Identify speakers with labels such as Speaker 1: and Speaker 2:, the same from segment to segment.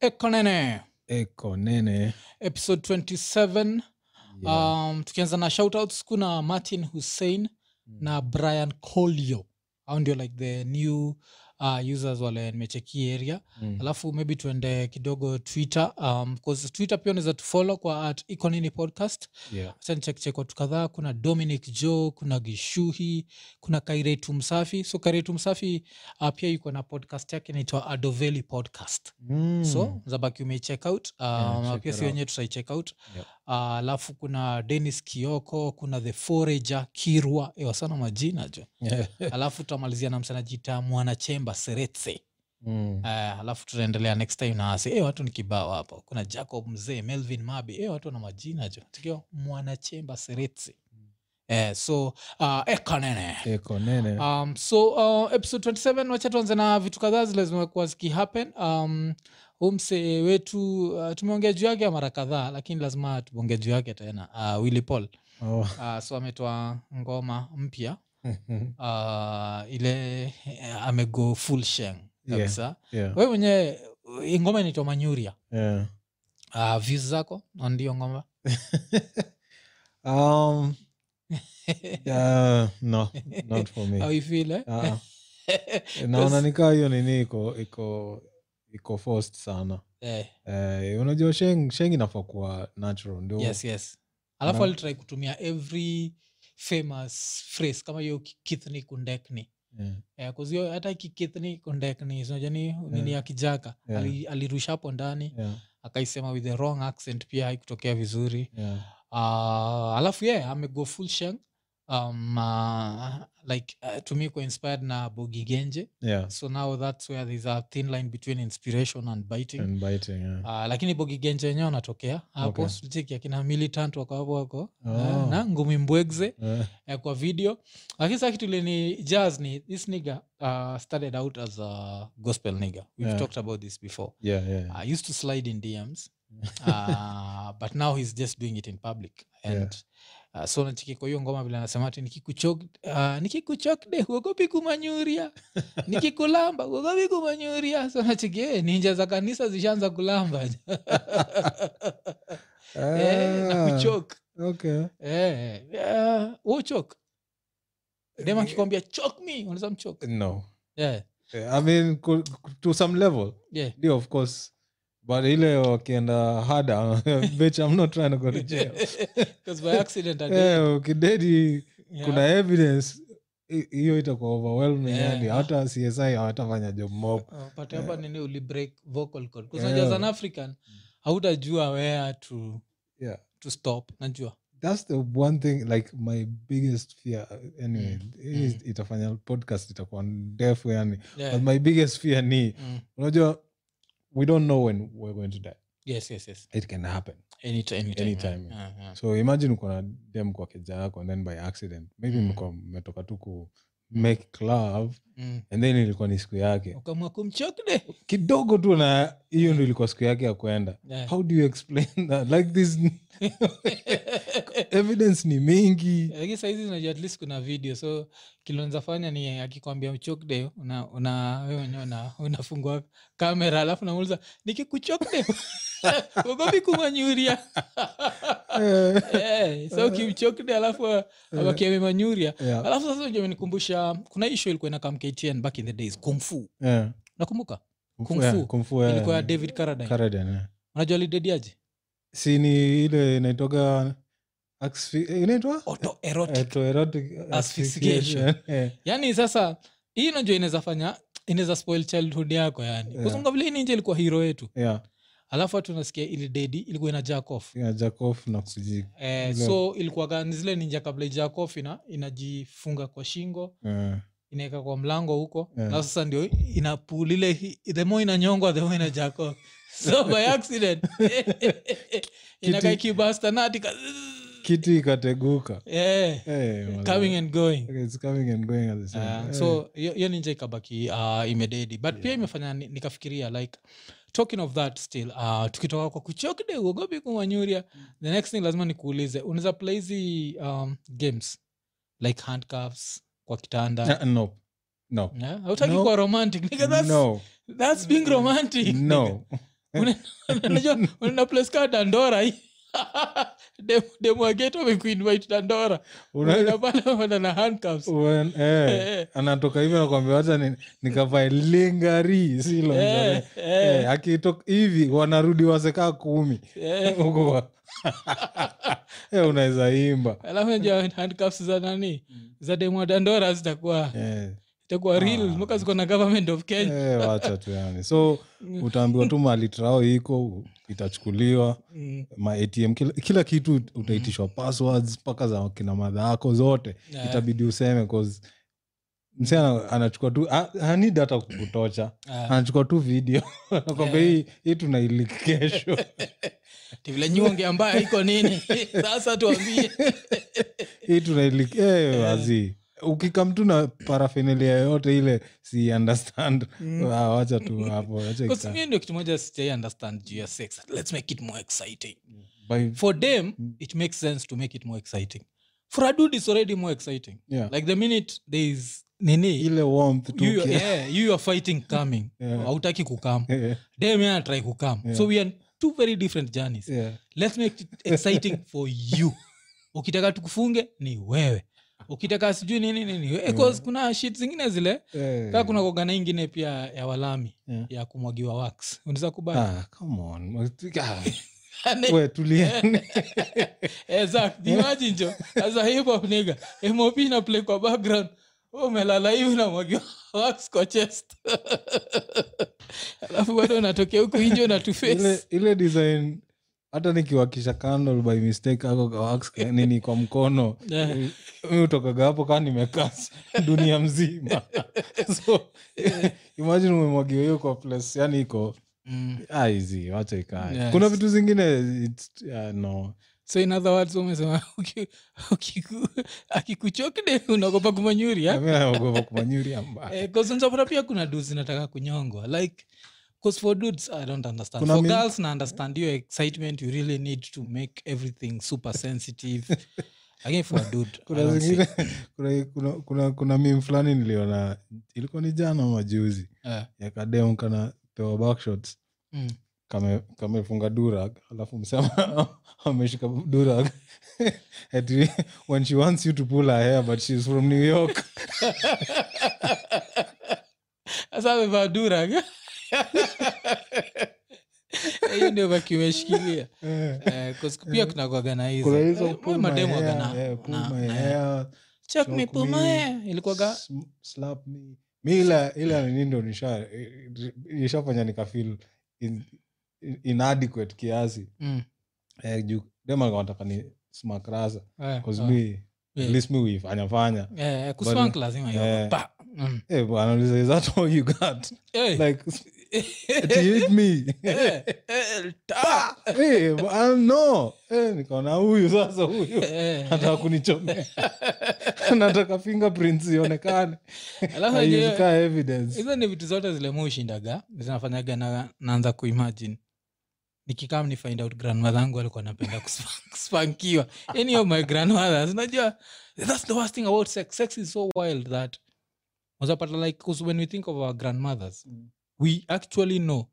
Speaker 1: ekonene
Speaker 2: eko nene
Speaker 1: episode 27
Speaker 2: yeah.
Speaker 1: um, tukianza na shoutouts kuna martin hussein mm, na brian colio au ndio like the new uh, users wale nimecheki area
Speaker 2: mm.
Speaker 1: alafu maybe tuende kidogo twitter um, 'cause twitter pia unaweza tufollow kwa at ikonini podcast
Speaker 2: yeah.
Speaker 1: chanchekchek watu kadhaa kuna dominic jo kuna gishuhi kuna kairetu msafi so kairetu msafi uh, pia yuko na podcast yake inaitwa adoveli podcast
Speaker 2: mm.
Speaker 1: so zabaki umeicheck out uh,
Speaker 2: Yeah,
Speaker 1: na
Speaker 2: check
Speaker 1: pia
Speaker 2: that
Speaker 1: si
Speaker 2: out.
Speaker 1: wenyewe tutaicheck out
Speaker 2: Yep.
Speaker 1: uh, alafu kuna denis kioko kuna the forager kirwa ewa sana majina jo
Speaker 2: Yeah.
Speaker 1: alafu tutamalizia na msanajita mwanachemba seretse
Speaker 2: mm.
Speaker 1: uh, alafu tutaendelea next time naasi e watu ni kibao hapo kuna jacob mzee melvin mabi e watu wana majina jo tukiwa mwanachemba seretse
Speaker 2: Hmm.
Speaker 1: eh, so uh, ekanene
Speaker 2: eko nene
Speaker 1: um, so uh, episode 27 wacha tuanze na vitu kadhaa zile zimekuwa zikihappen um, huu msee wetu uh, tumeongea juu yake mara kadhaa lakini lazima tuongee juu yake tena uh, willy paul
Speaker 2: oh.
Speaker 1: uh, so ametoa ngoma mpya uh, ile eh, amego full sheng kabisa yeah.
Speaker 2: yeah.
Speaker 1: we mwenyewe uh, hii ngoma inaitwa manyuria
Speaker 2: yeah.
Speaker 1: uh, views zako nandio ngoma
Speaker 2: um, uh, no not for me
Speaker 1: au ifile
Speaker 2: Ah, ah. naona nikaa hiyo nini iko iko iko forced sana
Speaker 1: eh,
Speaker 2: eh, unajua sheng sheng inafaa kuwa natural ndio
Speaker 1: yes yes alafu
Speaker 2: Na-
Speaker 1: alitrai kutumia every famous phrase kama hiyo ki- kithni kundekni
Speaker 2: yeah.
Speaker 1: Eh, 'cause hiyo hata ki- kithni kundekni sinajani nini ya kijaka
Speaker 2: Yeah.
Speaker 1: Ali- alirusha hapo ndani
Speaker 2: Yeah.
Speaker 1: akaisema with the wrong accent pia haikutokea vizuri
Speaker 2: Yeah.
Speaker 1: uh, alafu ye yeah, amego full sheng um, uh, like uh, to me iko inspired na bogi genje
Speaker 2: Yeah.
Speaker 1: so now that's where there's a thin line between inspiration and biting
Speaker 2: And biting, yeah.
Speaker 1: Ah, lakini bogigenje wenyewe wanatokea hapo
Speaker 2: Okay.
Speaker 1: okay. akina militant wako hapo wako
Speaker 2: Oh.
Speaker 1: eh, na ngumi mbwegze
Speaker 2: Eh,
Speaker 1: eh, kwa video lakini saa kitu lini jazz ni this nigger uh, started out as a gospel nigger we've
Speaker 2: Yeah.
Speaker 1: talked about this before
Speaker 2: yeah, yeah.
Speaker 1: I used to slide in DMs uh, but now he's just doing it in public and
Speaker 2: Yeah.
Speaker 1: Uh, so nachiki kwa hiyo ngoma vile anasema ati nikikuchok uh, nikikuchokde huogopi kumanyuria nikikulamba huogopi kumanyuria so nachiki eh, ninja za kanisa zishaanza kulamba eh, na
Speaker 2: Ah,
Speaker 1: kuchok
Speaker 2: okay.
Speaker 1: eh, eh, wo chok dem
Speaker 2: Eh.
Speaker 1: akikwambia chok me unaweza mchok
Speaker 2: no
Speaker 1: yeah,
Speaker 2: Eh, i mean ku- ku- to some level
Speaker 1: yeah.
Speaker 2: ndio of course but ile wakienda harder bitch i'm not trying to go to jail
Speaker 1: 'Cause by accident I did.
Speaker 2: eh ukidedi
Speaker 1: Yeah.
Speaker 2: kuna evidence hi- hiyo itakuwa overwhelming
Speaker 1: Yeah.
Speaker 2: yani hata csi hawatafanya job mob
Speaker 1: Uh, but hapa
Speaker 2: Eh.
Speaker 1: nini ulibreak vocal cord 'Cause
Speaker 2: Yeah.
Speaker 1: unajua as an african hautajua where to
Speaker 2: Yeah.
Speaker 1: to stop najua
Speaker 2: that's the one thing like my biggest fear anyway
Speaker 1: Mm.
Speaker 2: hii
Speaker 1: Mm.
Speaker 2: itafanya podcast itakuwa ndefu yani
Speaker 1: Yeah.
Speaker 2: but my biggest fear ni
Speaker 1: Mm.
Speaker 2: unajua we don't know when we're going to die
Speaker 1: yes yes yes
Speaker 2: it can happen
Speaker 1: anytime anytime,
Speaker 2: Anytime,
Speaker 1: yeah. Uh, uh.
Speaker 2: so imagine uko na dem kwa keja yako and then by accident maybe
Speaker 1: Mm.
Speaker 2: mko mmetoka tu ku make love
Speaker 1: Mm.
Speaker 2: and then ilikuwa ni siku yake
Speaker 1: ukamua kumchokde
Speaker 2: kidogo tu na hiyo ndo ilikuwa siku yake ya kuenda
Speaker 1: Yeah.
Speaker 2: how do you explain that like this evidence ni mingi
Speaker 1: lakini saizi unajua at least kuna video so kilonza fanya ni akikwambia uchokde una, una wewe mwenyewe una- unafungua kamera alafu namuuliza nikikuchokde ugopi kumanyuria
Speaker 2: Eh,
Speaker 1: Eh, so ukimchokde alafu wakiamemanyuria
Speaker 2: yeah,
Speaker 1: alafu sasa ndio imenikumbusha kuna hii show ilikuwa inakaa mktn back in the days kung fu
Speaker 2: yeah.
Speaker 1: nakumbuka
Speaker 2: Kung
Speaker 1: Kung
Speaker 2: Fu, yeah,
Speaker 1: Fu.
Speaker 2: Kung Fu, yeah.
Speaker 1: ilikuwa ya david caradine
Speaker 2: Carradine, yeah.
Speaker 1: unajua lidediaje
Speaker 2: si ni ile inaitoga axfi- eh, inaitwa
Speaker 1: oto
Speaker 2: Eh.
Speaker 1: erotic
Speaker 2: Autoerotic
Speaker 1: Asphyxiation.
Speaker 2: asphyxiation. Eh,
Speaker 1: yani sasa hii unajua inaweza fanya inaweza spoil childhood yako yani
Speaker 2: Yeah.
Speaker 1: kuzunga vile hii ninja ilikuwa hero yetu
Speaker 2: yeah.
Speaker 1: alafu hatu unasikia ili dedi ilikuwa ina jakof
Speaker 2: Yeah, jack off na kuji
Speaker 1: eh,
Speaker 2: Ile-
Speaker 1: so ilikuwa gani zile ninja kabla ijakof ina inajifunga kwa shingo
Speaker 2: eh,
Speaker 1: inaweka kwa mlango huko
Speaker 2: Yeah.
Speaker 1: na sasa ndio inapul ile hi- the more inanyongwa the more inajakof so by accident inakaa
Speaker 2: Kiti-
Speaker 1: kibastanati
Speaker 2: kitu ikateguka
Speaker 1: eh,
Speaker 2: Eh, wala-
Speaker 1: coming and going
Speaker 2: It's coming and going at the same
Speaker 1: Uh,
Speaker 2: time.
Speaker 1: so hiyo hiyo ninja ikabaki uh, imededi but pia imefanya ni- nikafikiria like talking of that still uh, tukitoka kwa kuchokde uogopi kumanyuria the next thing lazima nikuulize unaweza play hizi um, games like handcuffs kwa kitanda
Speaker 2: Eh, no no
Speaker 1: yeah? hautaki
Speaker 2: No.
Speaker 1: kuwa romantic Nigga, that's,
Speaker 2: no
Speaker 1: that's being romantic
Speaker 2: no
Speaker 1: Unaenda- unajua unaenda place kaa dandora hii demwageto amekuinvite dandora unaenda pale unaenda na handcuffs
Speaker 2: When- eh,
Speaker 1: Eh, eh.
Speaker 2: anatoka hivyo nakwambia wacha ni- nikavae lingari si long
Speaker 1: Eh,
Speaker 2: john."
Speaker 1: eh,
Speaker 2: Eh, akitoka hivi wanarudi wasekaa kumi
Speaker 1: eh.
Speaker 2: Huko wa- Eh, unaweza imba
Speaker 1: alafu najua handcuffs za nani za demwa dandora zitakuwa
Speaker 2: Eh,
Speaker 1: itakuwa real
Speaker 2: Ah.
Speaker 1: mpaka ziko na government of kenya Mm.
Speaker 2: eh, wacha tu yani so utaambiwa tu mali trao iko itachukuliwa
Speaker 1: Mm.
Speaker 2: ma atm kila, kila kitu utaitishwa passwords mpaka za kina madha yako zote
Speaker 1: Eh.
Speaker 2: itabidi useme 'cause msee ana- anachukua tu hani data kukutocha
Speaker 1: Ah.
Speaker 2: anachukua tu video nakwambia hii hii tunailik kesho
Speaker 1: Ati vile nyonge ambayo iko nini sasa tuambie
Speaker 2: hii tunailik eh, wazi ukikam tu na parafenelia yoyote ile si understand Ah, wacha tu hapo wacha
Speaker 1: Because
Speaker 2: ika-
Speaker 1: mimi ndio kitu moja sijai understand juu ya sex let's make it more exciting
Speaker 2: by-
Speaker 1: for them
Speaker 2: Mm.
Speaker 1: it makes sense to make it more exciting for a dude it's already more exciting
Speaker 2: yeah.
Speaker 1: like the minute there is nini
Speaker 2: ile warmth tu
Speaker 1: you,
Speaker 2: kia-
Speaker 1: yeah, you are fighting coming
Speaker 2: Yeah.
Speaker 1: hautaki kukam
Speaker 2: Yeah,
Speaker 1: dem anatrai kukam
Speaker 2: Yeah.
Speaker 1: so we are two very different journeys
Speaker 2: yeah.
Speaker 1: let's make it exciting for you ukitaka tukufunge ni wewe ukitaka sijui nini nini wewe. Cause kuna shit zingine zile
Speaker 2: Eh,
Speaker 1: kaa kuna kogana ingine pia ya walami
Speaker 2: Yeah.
Speaker 1: ya kumwagiwa wax unaweza kubali
Speaker 2: ah, come on. Ah,
Speaker 1: Yaani,
Speaker 2: we tulia
Speaker 1: exact imagine jo as a hip hop nigga mop na play kwa background wewe umelala hivi unamwagiwa wax kwa chest alafu bado unatokea huku nje
Speaker 2: ile,
Speaker 1: unatuface
Speaker 2: ile design hata nikiwakisha candle by mistake ako kwa wax- eh, nini kwa mkono
Speaker 1: Yeah.
Speaker 2: mi utokaga hapo kaa nimekaa s- dunia mzima so imagine umemwagiwa hiyo kwa place yani iko
Speaker 1: mm.
Speaker 2: ah, hizi wacha ikae
Speaker 1: Yes.
Speaker 2: kuna vitu zingine it's, ah, no
Speaker 1: so in other words umesema uki- ukiku- akikuchokde unaogopa kumanyuria
Speaker 2: mi naogopa kumanyuri ambaye
Speaker 1: Eh, 'cause unapata pia kuna dudes zinataka kunyongwa like 'cause for dudes i don't understand
Speaker 2: Kuna
Speaker 1: for
Speaker 2: min-
Speaker 1: girls na understand your excitement you really need to make everything super sensitive again for a dude I
Speaker 2: kuna
Speaker 1: don't see-
Speaker 2: zingine kuna, kuna, kuna, kuna mim fulani niliona ilikuwa ni jana majuzi
Speaker 1: Eh,
Speaker 2: ya kademu kana pewa backshots
Speaker 1: mm.
Speaker 2: kame- kamefunga durag alafu msema ameshika durag ati when she wants you to pull her hair but she's from new york
Speaker 1: Sasa amevaa durag. Eh, hiyo ndio baki imeshikilia
Speaker 2: Eh,
Speaker 1: Eh, 'cause pia kuna kuwaga na hizo.
Speaker 2: kuna
Speaker 1: Eh,
Speaker 2: hizo pull my
Speaker 1: mademu
Speaker 2: hair,
Speaker 1: waga na-
Speaker 2: eh, pull
Speaker 1: na-
Speaker 2: my
Speaker 1: na-
Speaker 2: hair,
Speaker 1: Chuck me,
Speaker 2: choke
Speaker 1: pull my
Speaker 2: me,
Speaker 1: hair. Ilikuwaga-
Speaker 2: sm- slap me mi ila ila nini ndo nisha ishafanya nikafeel in, in- inadequate kiasi
Speaker 1: Mm.
Speaker 2: eh, juu dem alikuwa anataka ni smakrasa
Speaker 1: Eh,
Speaker 2: bcause
Speaker 1: ah.
Speaker 2: mi
Speaker 1: Eh.
Speaker 2: at least mi huifanyafanya
Speaker 1: Eh, eh, kuswank lazima iwe.
Speaker 2: Eh.
Speaker 1: Pa. Mm.
Speaker 2: Eh, bwana, uliza, is that all you got
Speaker 1: Eh.
Speaker 2: like to hit me
Speaker 1: Eh, eh, ta.
Speaker 2: Eh, but I don't know. Eh, nikaona huyu sasa huyu
Speaker 1: Eh.
Speaker 2: nataka kunichomea nataka fingerprints ionekane
Speaker 1: eh. Alafu
Speaker 2: Na
Speaker 1: yenyewe-
Speaker 2: ikae evidence
Speaker 1: hizo ni vitu zote zile muushindaga zinafanyaga na, naanza kuimagine nikikam ni find out grandmother angu alikuwa anapenda kuspa- kuspankiwa any of my grandmothers unajua that's the worst thing about sex sex is so wild that wazapata like 'cause when we think of our grandmothers
Speaker 2: Mm.
Speaker 1: we actually know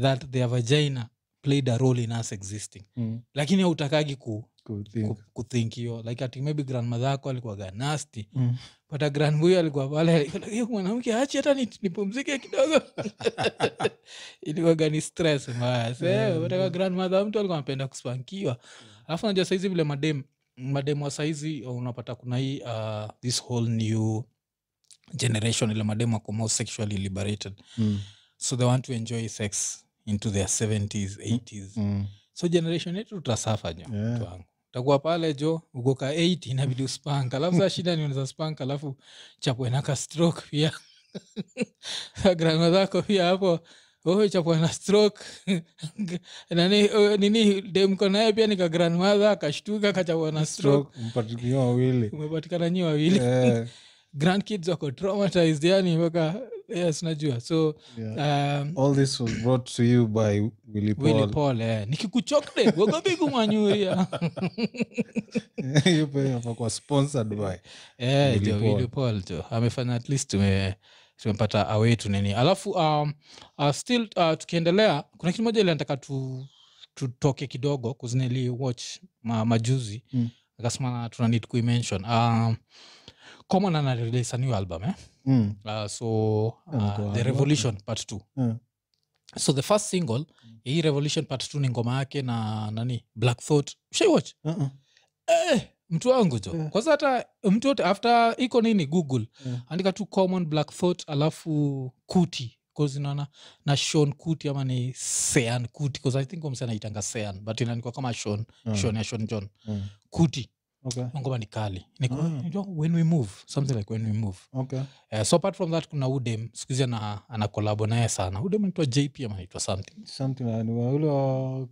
Speaker 1: that their vagina played a role in us existing
Speaker 2: Mm,
Speaker 1: lakini hautakagi ku,
Speaker 2: cool
Speaker 1: ku,
Speaker 2: thing.
Speaker 1: kuthink hiyo like ati maybe grandmother yako alikuwaga nasty
Speaker 2: Mm.
Speaker 1: pata grand huyo alikuwa pale alikuwa, "Hiyo mwanamke achi hata ni- nipumzike kidogo ilikuwaga ni stress mbaya
Speaker 2: Yeah.
Speaker 1: sopataka grandmother mtu alikuwa anapenda kuspankiwa alafu najua saizi vile madem madem wa saizi uh, unapata kuna hii uh, this whole new generation ile madem wako more sexually liberated
Speaker 2: Mm,
Speaker 1: so they want to enjoy sex into their 70s 80s
Speaker 2: mm.
Speaker 1: so generation yetu tutasafa jo
Speaker 2: Yeah.
Speaker 1: mtu wangu utakuwa pale jo ugoka 8 inabidi uspank alafu saa shida ni unaeza spank alafu chapwenaka stroke pia grama zako pia hapo oh, chapwana stroke nani oh, nini demko naye pia nika grandmother akashtuka kachapwana stroke
Speaker 2: Stroke, mpatiliwa wawili
Speaker 1: umepatikana nyi wawili
Speaker 2: Eh,
Speaker 1: grandkids wako traumatized yani mpaka yes najua so
Speaker 2: yeah.
Speaker 1: um,
Speaker 2: all this was brought to you by
Speaker 1: Willy
Speaker 2: Willy Paul.
Speaker 1: Paul, eh. nikikuchokde gogobi kumwanyuria
Speaker 2: Hiyo pia inafaa kuwa sponsored by
Speaker 1: Eh,
Speaker 2: Willy
Speaker 1: jo,
Speaker 2: Paul.
Speaker 1: Eh, Willy Paul, jo. amefanya at least tume tumepata away to nini alafu um, uh, still uh, tukiendelea kuna kitu moja ile nataka tu tutoke kidogo kuzinili watch ma, majuzi
Speaker 2: Mm.
Speaker 1: akasema tuna need kuimention um, common anarelease a new album eh?
Speaker 2: Mm.
Speaker 1: uh, so
Speaker 2: Anakuwa
Speaker 1: uh, the
Speaker 2: wapi?
Speaker 1: revolution part two
Speaker 2: Yeah. Mm.
Speaker 1: so the first single ya hii revolution part two ni ngoma yake na nani black thought shaiwatch
Speaker 2: Uh-uh.
Speaker 1: eh, mtu wangu jo
Speaker 2: Yeah.
Speaker 1: kwanza hata mtu yote after iko nini google
Speaker 2: Yeah.
Speaker 1: andika tu common black thought alafu kuti kuzinaona na shon kuti ama ni sean kuti bcause i think omsi anaitanga sean but inanikwa kama shon
Speaker 2: Yeah.
Speaker 1: shon ya shon john
Speaker 2: Yeah.
Speaker 1: kuti
Speaker 2: Mm, Okay.
Speaker 1: ngoma ni kali Niko-
Speaker 2: Ah.
Speaker 1: unajua when we move something like when we move
Speaker 2: Okay.
Speaker 1: Eh, so apart from that kuna udem sikuhizi ana, ana kolabo naye sana udem anaitwa jp ama anaitwa something
Speaker 2: Something like that. Ule wa-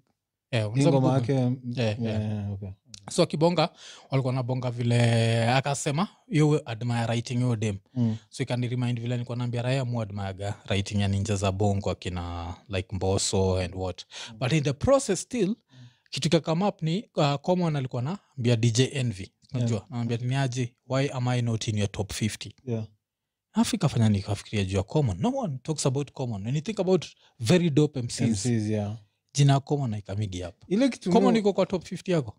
Speaker 1: eh,
Speaker 2: hii
Speaker 1: unaweza
Speaker 2: ngoma
Speaker 1: mgoogle.
Speaker 2: yake,
Speaker 1: Yeah,
Speaker 2: yeah,
Speaker 1: yeah.
Speaker 2: yeah, okay.
Speaker 1: eh. so akibonga walikuwa nabonga vile akasema yo admire writing yo dem
Speaker 2: Mm.
Speaker 1: so ikanirimind vile nikuwa naambia raya mu admaga writing ya ninja za bongo akina like mboso and what
Speaker 2: Mm.
Speaker 1: but in the process still kitu kika come up ni uh, common alikuwa naambia dj envy najua
Speaker 2: Yeah.
Speaker 1: yeah. naambia niaje why am i not in your top 50
Speaker 2: Yeah.
Speaker 1: afrika fanya nikafikiria juu ya common no one talks about common when you think about very dope mcs,
Speaker 2: MCs, yeah.
Speaker 1: jina ya common aikamigi hapa
Speaker 2: ile kitu
Speaker 1: common
Speaker 2: mo-
Speaker 1: iko kwa top 50 yako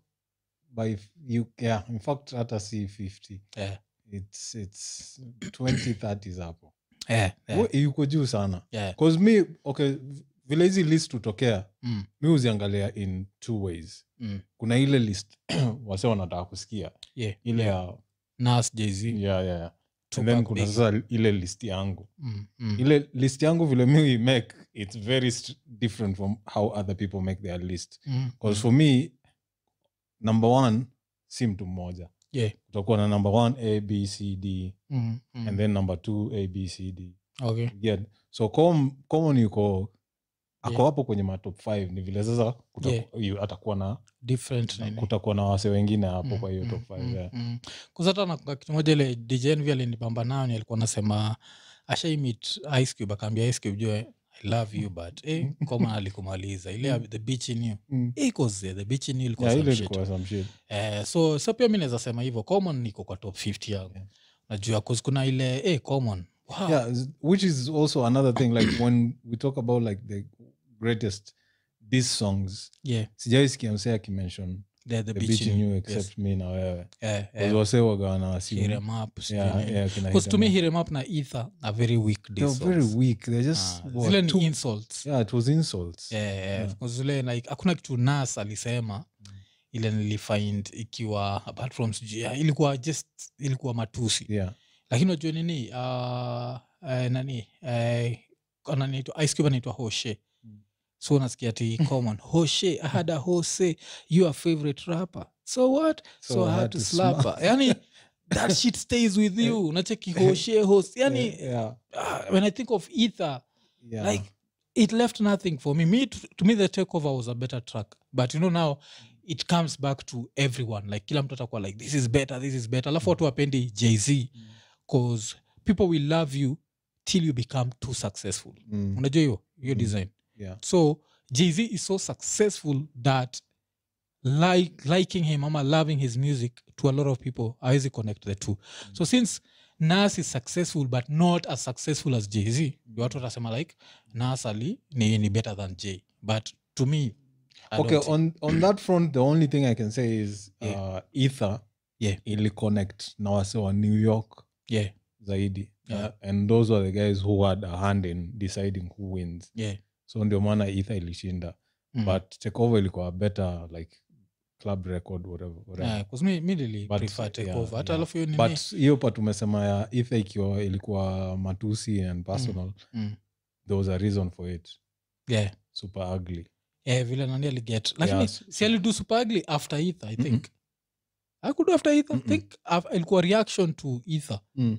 Speaker 2: by f- you- yeah, in fact hata si 50
Speaker 1: yeah.
Speaker 2: it's, it's 2030s hapo
Speaker 1: Yeah, yeah,
Speaker 2: Wo- yuko juu sana
Speaker 1: Eh, yeah.
Speaker 2: bcause mi okay v- vile hizi list hutokea
Speaker 1: Mm.
Speaker 2: mi huziangalia in two ways
Speaker 1: Mm.
Speaker 2: kuna ile list wase wanataka kusikia
Speaker 1: Yeah.
Speaker 2: ile ya
Speaker 1: Nas, Jay-Z,
Speaker 2: yeah, yeah, yeah. And then
Speaker 1: Tupac,
Speaker 2: kuna
Speaker 1: Biggie.
Speaker 2: sasa ile list yangu
Speaker 1: Mm, mm.
Speaker 2: ile list yangu vile mi make its very st- different from how other people make their list
Speaker 1: Mm,
Speaker 2: bcause
Speaker 1: mm.
Speaker 2: for me number one si mtu mmoja
Speaker 1: Yeah.
Speaker 2: utakuwa na number one a b c d
Speaker 1: Mm, mm.
Speaker 2: and then number two a b c d
Speaker 1: Okay.
Speaker 2: yeah. so com, common yuko ako
Speaker 1: Yeah.
Speaker 2: hapo kwenye matop 5 ni vile sasa kutaku-
Speaker 1: Yeah.
Speaker 2: yu- atakuwa na
Speaker 1: Different nini.
Speaker 2: kutakuwa na wase wengine hapo kwa hiyo
Speaker 1: Mm,
Speaker 2: top
Speaker 1: mm,
Speaker 2: 5 yeah.
Speaker 1: mm, mm. 'Cause hata nakumbuka kitu moja ile djnv alinibamba nayo ni alikuwa anasema ashaimit icecube akaambia icecube jue i love you but eh, koma alikumaliza ile ya the beach in you
Speaker 2: Mm.
Speaker 1: Eh, iko ze the beach in you ilikuwa
Speaker 2: Yeah,
Speaker 1: some
Speaker 2: ile
Speaker 1: shit.
Speaker 2: ilikuwa some shit.
Speaker 1: Eh, so so pia mi naweza sema hivyo common niko kwa top 50 yangu
Speaker 2: Yeah.
Speaker 1: najua 'cause kuna ile eh, common wow.
Speaker 2: Yeah, z- which is also another thing like when we talk about like the greatest these songs
Speaker 1: Yeah,
Speaker 2: sijawai sikia msee akimention
Speaker 1: the, the
Speaker 2: the
Speaker 1: beach
Speaker 2: beach
Speaker 1: in
Speaker 2: in you
Speaker 1: you,
Speaker 2: except
Speaker 1: yes.
Speaker 2: me na wewe
Speaker 1: Eh, eh,
Speaker 2: yeah. wase wagawana
Speaker 1: hit 'em up, sijui nini. Because to me
Speaker 2: wasiumitumi
Speaker 1: hit 'em up na ether are very weak diss
Speaker 2: very
Speaker 1: songs.
Speaker 2: weak they're just
Speaker 1: Ah,
Speaker 2: what,
Speaker 1: zile ni
Speaker 2: too-
Speaker 1: insults
Speaker 2: yeah, it was insults
Speaker 1: Eh, eh,
Speaker 2: Yeah.
Speaker 1: because zile like hakuna kitu nas alisema
Speaker 2: Mm.
Speaker 1: ile nilifind ikiwa apart from sijui, yeah, ilikuwa just ilikuwa matusi
Speaker 2: yeah.
Speaker 1: lakini unajua nini ah, eh, nani eh, anaitwa ice cube anaitwa hoshe
Speaker 2: Mm.
Speaker 1: so unasikia ti common hoshe I had a hose you are favorite rapper so what so, I had to slap her yani that shit stays with you nacheki hoshe hose yani
Speaker 2: yeah, yeah,
Speaker 1: ah, when i think of ether
Speaker 2: yeah.
Speaker 1: like it left nothing for me me to, to me the takeover was a better track but you know now it comes back to everyone like kila mtu atakuwa like this is better this is better alafu watu wapendi jz
Speaker 2: Mm.
Speaker 1: cause people will love you till you become too successful
Speaker 2: Mm,
Speaker 1: unajua hiyo hiyo
Speaker 2: Mm.
Speaker 1: design
Speaker 2: yeah.
Speaker 1: so jz is so successful that like, liking him ama loving his music to a lot of people awezi connect the two
Speaker 2: Mm-hmm.
Speaker 1: so since nas is successful but not as successful as jz watu watasema like nas ali ni, ni better than j but to me I
Speaker 2: okay
Speaker 1: don't think-
Speaker 2: on, on that front the only thing i can say is
Speaker 1: Yeah.
Speaker 2: uh, ether
Speaker 1: Yeah.
Speaker 2: iliconnect na wase wa new york
Speaker 1: yeah,
Speaker 2: zaidi
Speaker 1: Yeah.
Speaker 2: Uh, and those were the guys who had a hand in deciding who wins
Speaker 1: yeah.
Speaker 2: so ndio maana ether ilishinda
Speaker 1: Mm.
Speaker 2: but takeover ilikuwa a better like club record whatever, whatever.
Speaker 1: Yeah, 'cause mi- mi nili
Speaker 2: But,
Speaker 1: prefer
Speaker 2: yeah,
Speaker 1: takeover hata
Speaker 2: yeah.
Speaker 1: alafu hiyo nini-
Speaker 2: but hiyo pat umesema ya ether ikiwa ilikuwa matusi and personal
Speaker 1: Mm.
Speaker 2: there was a reason for it
Speaker 1: yeah.
Speaker 2: super ugly
Speaker 1: yeah, Eh, vile nani aliget lakini
Speaker 2: Yes.
Speaker 1: si alidu supagli after ether i
Speaker 2: Mm-mm.
Speaker 1: think akudu after ether
Speaker 2: Mm-mm.
Speaker 1: I think af- ilikuwa reaction to ether
Speaker 2: mm.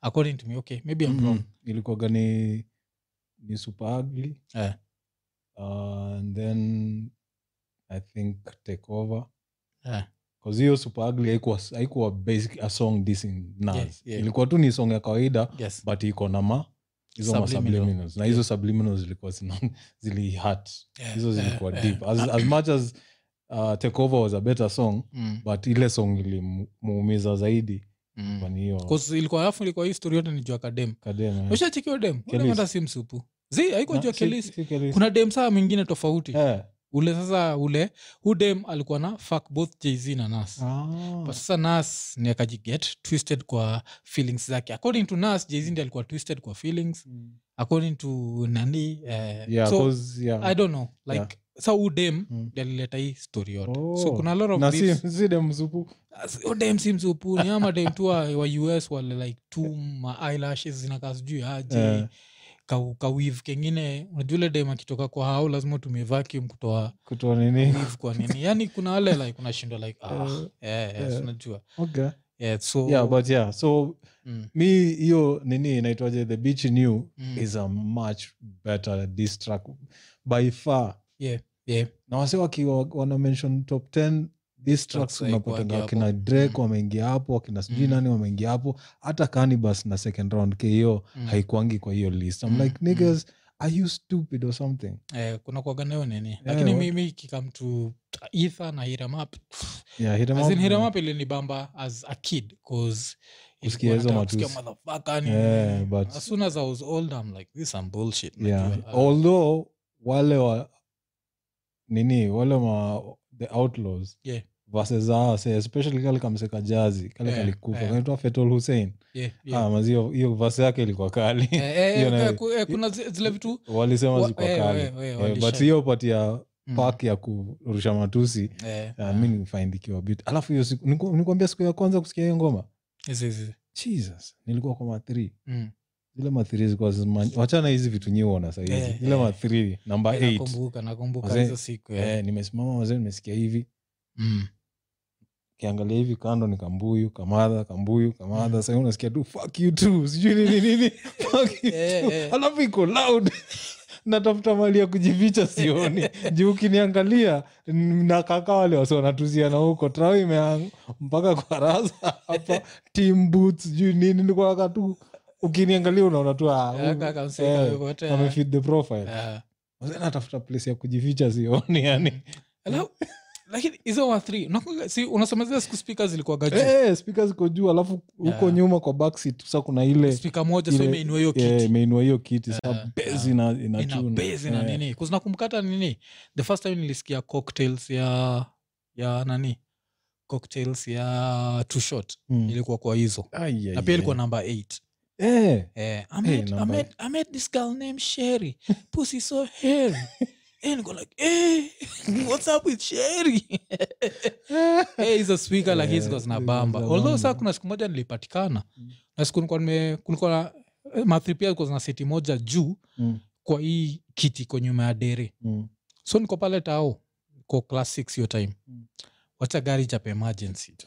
Speaker 1: according to me okay maybe i'm
Speaker 2: Mhm.
Speaker 1: wrong
Speaker 2: ilikuwaga ni ni super ugly
Speaker 1: Eh.
Speaker 2: uh, and then i think takeover
Speaker 1: Eh.
Speaker 2: Cause hiyo super ugly haikuwa haikuwa basic a song dissing nas
Speaker 1: Yeah, yeah.
Speaker 2: ilikuwa tu ni song ya kawaida
Speaker 1: yes
Speaker 2: but iko na ma hizo ma
Speaker 1: Subliminal.
Speaker 2: subliminals na hizo subliminals zilikuwa zina- zili hurt
Speaker 1: Yeah,
Speaker 2: hizo
Speaker 1: yeah,
Speaker 2: zilikuwa
Speaker 1: yeah.
Speaker 2: deep as, as much as uh, takeover was a better song
Speaker 1: Mm,
Speaker 2: but ile song ilimuumiza zaidi
Speaker 1: mm.
Speaker 2: kwani hiyo
Speaker 1: 'Cause ilikuwa alafu ilikuwa hii story yote ni jua kadem
Speaker 2: kadema
Speaker 1: ushachikiwa dem Ule
Speaker 2: Kelis.
Speaker 1: hata si msupu zi haikuwa jua kelisi
Speaker 2: kelisi
Speaker 1: kuna dem saa mwingine tofauti
Speaker 2: Eh.
Speaker 1: ule sasa ule hu dem alikuwa na fuck both jz na nas
Speaker 2: Ah.
Speaker 1: But sasa nas ni akajiget twisted kwa feelings zake according to nas jz ndi alikuwa twisted kwa feelings according to nani eh, so i don't know like
Speaker 2: Yeah.
Speaker 1: sa hu dem
Speaker 2: Mm.
Speaker 1: ndi alileta hii story yote so
Speaker 2: Oh.
Speaker 1: kuna a lot of
Speaker 2: na
Speaker 1: beefs.
Speaker 2: si- si dem msupu
Speaker 1: dem si msupu ni ama dem tu wa wa us wale like tu ma eyelashes zinakaa sijui aje
Speaker 2: Eh.
Speaker 1: kau- kawiv kengine unajua ile dem akitoka kwa hao lazima utumie vacuum kutoa
Speaker 2: kutoa nini
Speaker 1: wiv kwa nini yani kuna wale like unashindwa like ah,
Speaker 2: Eh,
Speaker 1: eh, eh,
Speaker 2: eh.
Speaker 1: unajua
Speaker 2: okay.
Speaker 1: yeah, so
Speaker 2: yeah, but yeah so
Speaker 1: mm,
Speaker 2: mi hiyo nini inaitwaje the beach new
Speaker 1: Mm.
Speaker 2: is a much better diss track by far
Speaker 1: Yeah, yeah.
Speaker 2: na wase wakiwa wana mention top 10 diss tracks
Speaker 1: Tracks like
Speaker 2: unapatanga
Speaker 1: wagi
Speaker 2: wakina
Speaker 1: hapo.
Speaker 2: drake
Speaker 1: Mm.
Speaker 2: wameingia hapo wakina sijui
Speaker 1: Mm.
Speaker 2: nani wameingia hapo hata canibus na second round kio
Speaker 1: Mm.
Speaker 2: haikuangi kwa hiyo list I'm
Speaker 1: Mm,
Speaker 2: like
Speaker 1: mm.
Speaker 2: niggas are you stupid or something
Speaker 1: eh, kuna kuaganayo nini lakini
Speaker 2: what-
Speaker 1: mimi kikam to ether na hiramap
Speaker 2: yeah, hit 'em up.
Speaker 1: hiramap ilinibamba as a kid cause
Speaker 2: Kusikia hizo matusi. Yeah, but-
Speaker 1: as soon as i was old i'm like this some bullshit
Speaker 2: yeah.
Speaker 1: najua. Ah,
Speaker 2: although wale wa nini wale ma the outlaws
Speaker 1: Yeah.
Speaker 2: versus us eh, especially kale kamseka jazi kale
Speaker 1: Yeah,
Speaker 2: kalikufa
Speaker 1: yeah.
Speaker 2: kanaitwa fetol hussein
Speaker 1: yeah, eh. yeah.
Speaker 2: yeah. ah, mazi hiyo- hiyo vasi yake ilikuwa kali
Speaker 1: Eh, eh,
Speaker 2: hiyo nayo-
Speaker 1: eh, ku- eh, kuna zi- zile vitu
Speaker 2: walisema
Speaker 1: wa-
Speaker 2: zilikuwa
Speaker 1: eh,
Speaker 2: kali
Speaker 1: eh, eh,
Speaker 2: Eh, but
Speaker 1: walisha-
Speaker 2: hiyo patia
Speaker 1: Mm.
Speaker 2: pak ya kurusha matusi
Speaker 1: Eh,
Speaker 2: uh,
Speaker 1: ah.
Speaker 2: mi nifind ikiwa bit alafu hiyo siku niku- nikuambia siku ya kwanza kusikia hiyo ngoma
Speaker 1: Hizi- hizi.
Speaker 2: jesus nilikuwa kwa mathri
Speaker 1: Mm.
Speaker 2: zile mathri zilikuwa zima- wachana hizi vitu nyi uona sahizi
Speaker 1: Eh,
Speaker 2: zile
Speaker 1: eh.
Speaker 2: mathri namba
Speaker 1: Eh,
Speaker 2: 8
Speaker 1: nakumbuka nakumbuka
Speaker 2: Wazee-
Speaker 1: hizo siku eh.
Speaker 2: Eh, nimesimama wazee nimesikia hivi
Speaker 1: Mm.
Speaker 2: kiangalia hivi kando ni kambuyu kamadha kambuyu kamadha
Speaker 1: Mm.
Speaker 2: sahii unasikia tu fuck you too sijui nini nini fuck you
Speaker 1: Eh,
Speaker 2: too."
Speaker 1: eh.
Speaker 2: alafu iko loud natafuta mali ya kujificha sioni juu ukiniangalia n- nakaka wale wasi wanatuziana huko trao imeang mpaka kwa raza hapa team boots sijui nini nikwaka tu ukiniangalia unaona tu ah,
Speaker 1: Eh,
Speaker 2: huyu,
Speaker 1: kaka msee
Speaker 2: eh,
Speaker 1: kamepotea.
Speaker 2: amefit the profile
Speaker 1: Ah.
Speaker 2: Wazee natafuta place ya kujificha sioni yani
Speaker 1: Alafu- lakini hizo wa three, unakumbuka- si unasemezea siku spika zilikuwaga juu?
Speaker 2: Eh, speakers iko juu alafu huko
Speaker 1: Yeah.
Speaker 2: nyuma kwa backseat sasa kuna ile
Speaker 1: Spika moja so
Speaker 2: eh. ile-
Speaker 1: imeinua hiyo kiti.
Speaker 2: eh, imeinua hiyo kiti sasa
Speaker 1: Yeah,
Speaker 2: bezi
Speaker 1: yeah.
Speaker 2: ina-
Speaker 1: Ina
Speaker 2: inachuna.
Speaker 1: base na
Speaker 2: Eh,
Speaker 1: nini 'Cause nakumbuka hata nini the first time nilisikia cocktails ya ya nani cocktails ya two shot
Speaker 2: mm.
Speaker 1: ilikuwa kwa hizo
Speaker 2: Ai, ai,
Speaker 1: na pia
Speaker 2: ai.
Speaker 1: ilikuwa namba 8
Speaker 2: Eh,
Speaker 1: Eh, I,
Speaker 2: Hey,
Speaker 1: met, I,
Speaker 2: number-
Speaker 1: met, I met this girl named Sherry. Pussy so hairy. and go like, hey, what's up with Sherry? hey, is a speaker like his
Speaker 2: Eh,
Speaker 1: goes
Speaker 2: hizo
Speaker 1: na bamba.
Speaker 2: zinabamba.
Speaker 1: Although saa kuna siku moja nilipatikana.
Speaker 2: Mm.
Speaker 1: Na siku nilikuwa nime kulikuwa na eh, mathri pia zilikuwa zina seti moja juu
Speaker 2: Mm,
Speaker 1: kwa hii kiti iko nyuma ya dere.
Speaker 2: mm.
Speaker 1: So niko pale tao kwa class 6 hiyo time.
Speaker 2: Mm.
Speaker 1: Wacha gari chapa emergency tu.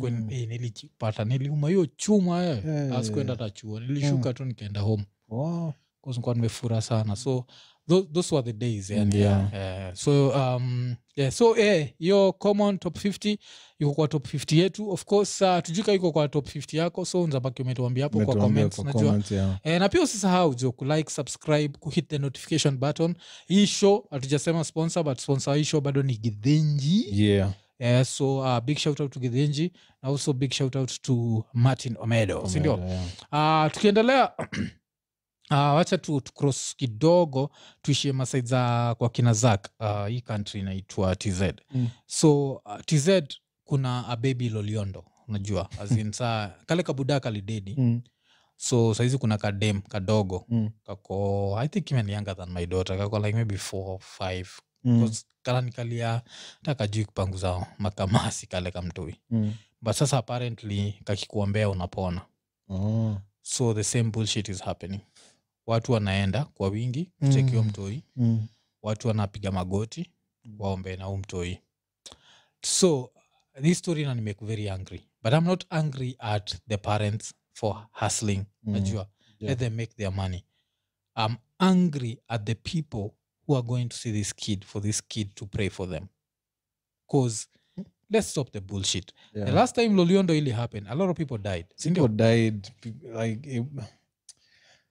Speaker 1: Kwen,
Speaker 2: Mm.
Speaker 1: eh, nilijipata niliuma hiyo chuma eh.
Speaker 2: Eh. Mm.
Speaker 1: Asikuenda hata chuo. Nilishuka tu nikaenda home
Speaker 2: Wow.
Speaker 1: nikuwa nimefura sana so tho- those were the days yani,
Speaker 2: Mm, Yeah.
Speaker 1: eh, so um, yeah, so eh, hiyo common top 50 iko kwa top 50 yetu of course uh, tujuka iko kwa top 50 yako so nzabaki umetuambia hapo kwa
Speaker 2: Umetuambia
Speaker 1: comments
Speaker 2: kwa
Speaker 1: najua
Speaker 2: comments, yeah.
Speaker 1: Eh, na pia usisahau jo kulike subscribe kuhit the notification button hii show hatujasema sponsor but sponsor wa hii show bado ni gidhenji
Speaker 2: Yeah.
Speaker 1: eh, so uh, big shout out to gidhenji na also big shout out to martin omedo sindio
Speaker 2: Umeenda, yeah.
Speaker 1: Ah, tukiendelea ah, wacha tu tucross kidogo tuishie masaid za kwa kina zak ah, hii country inaitwa tz
Speaker 2: Mm.
Speaker 1: so ah, tz kuna abebi loliondo unajua azinsaa kale kabudaka lidedi
Speaker 2: Mm,
Speaker 1: so saizi kuna kadem kadogo
Speaker 2: mm,
Speaker 1: kako i think even younger than my daughter kako like maybe four or five
Speaker 2: mm,
Speaker 1: 'Cause kala nikalia takajui kupanguza makamasi kale kamtoi
Speaker 2: mm.
Speaker 1: but sasa apparently kakikuombea unapona
Speaker 2: Oh.
Speaker 1: so the same bullshit is happening watu wanaenda kwa wingi
Speaker 2: Mm.
Speaker 1: kuchekio mtoi
Speaker 2: Mm.
Speaker 1: watu wanapiga magoti
Speaker 2: Mm.
Speaker 1: waombe na huu mtoi so this story na make very angry but i'm not angry at the parents for hustling
Speaker 2: Mm.
Speaker 1: najua
Speaker 2: Yeah.
Speaker 1: let them make their money i'm angry at the people who are going to see this kid for this kid to pray for them cause let's stop the bullshit
Speaker 2: Mm. Yeah.
Speaker 1: the last time loliondo ili happen a lot of people died sindio
Speaker 2: People died, pe- like, it-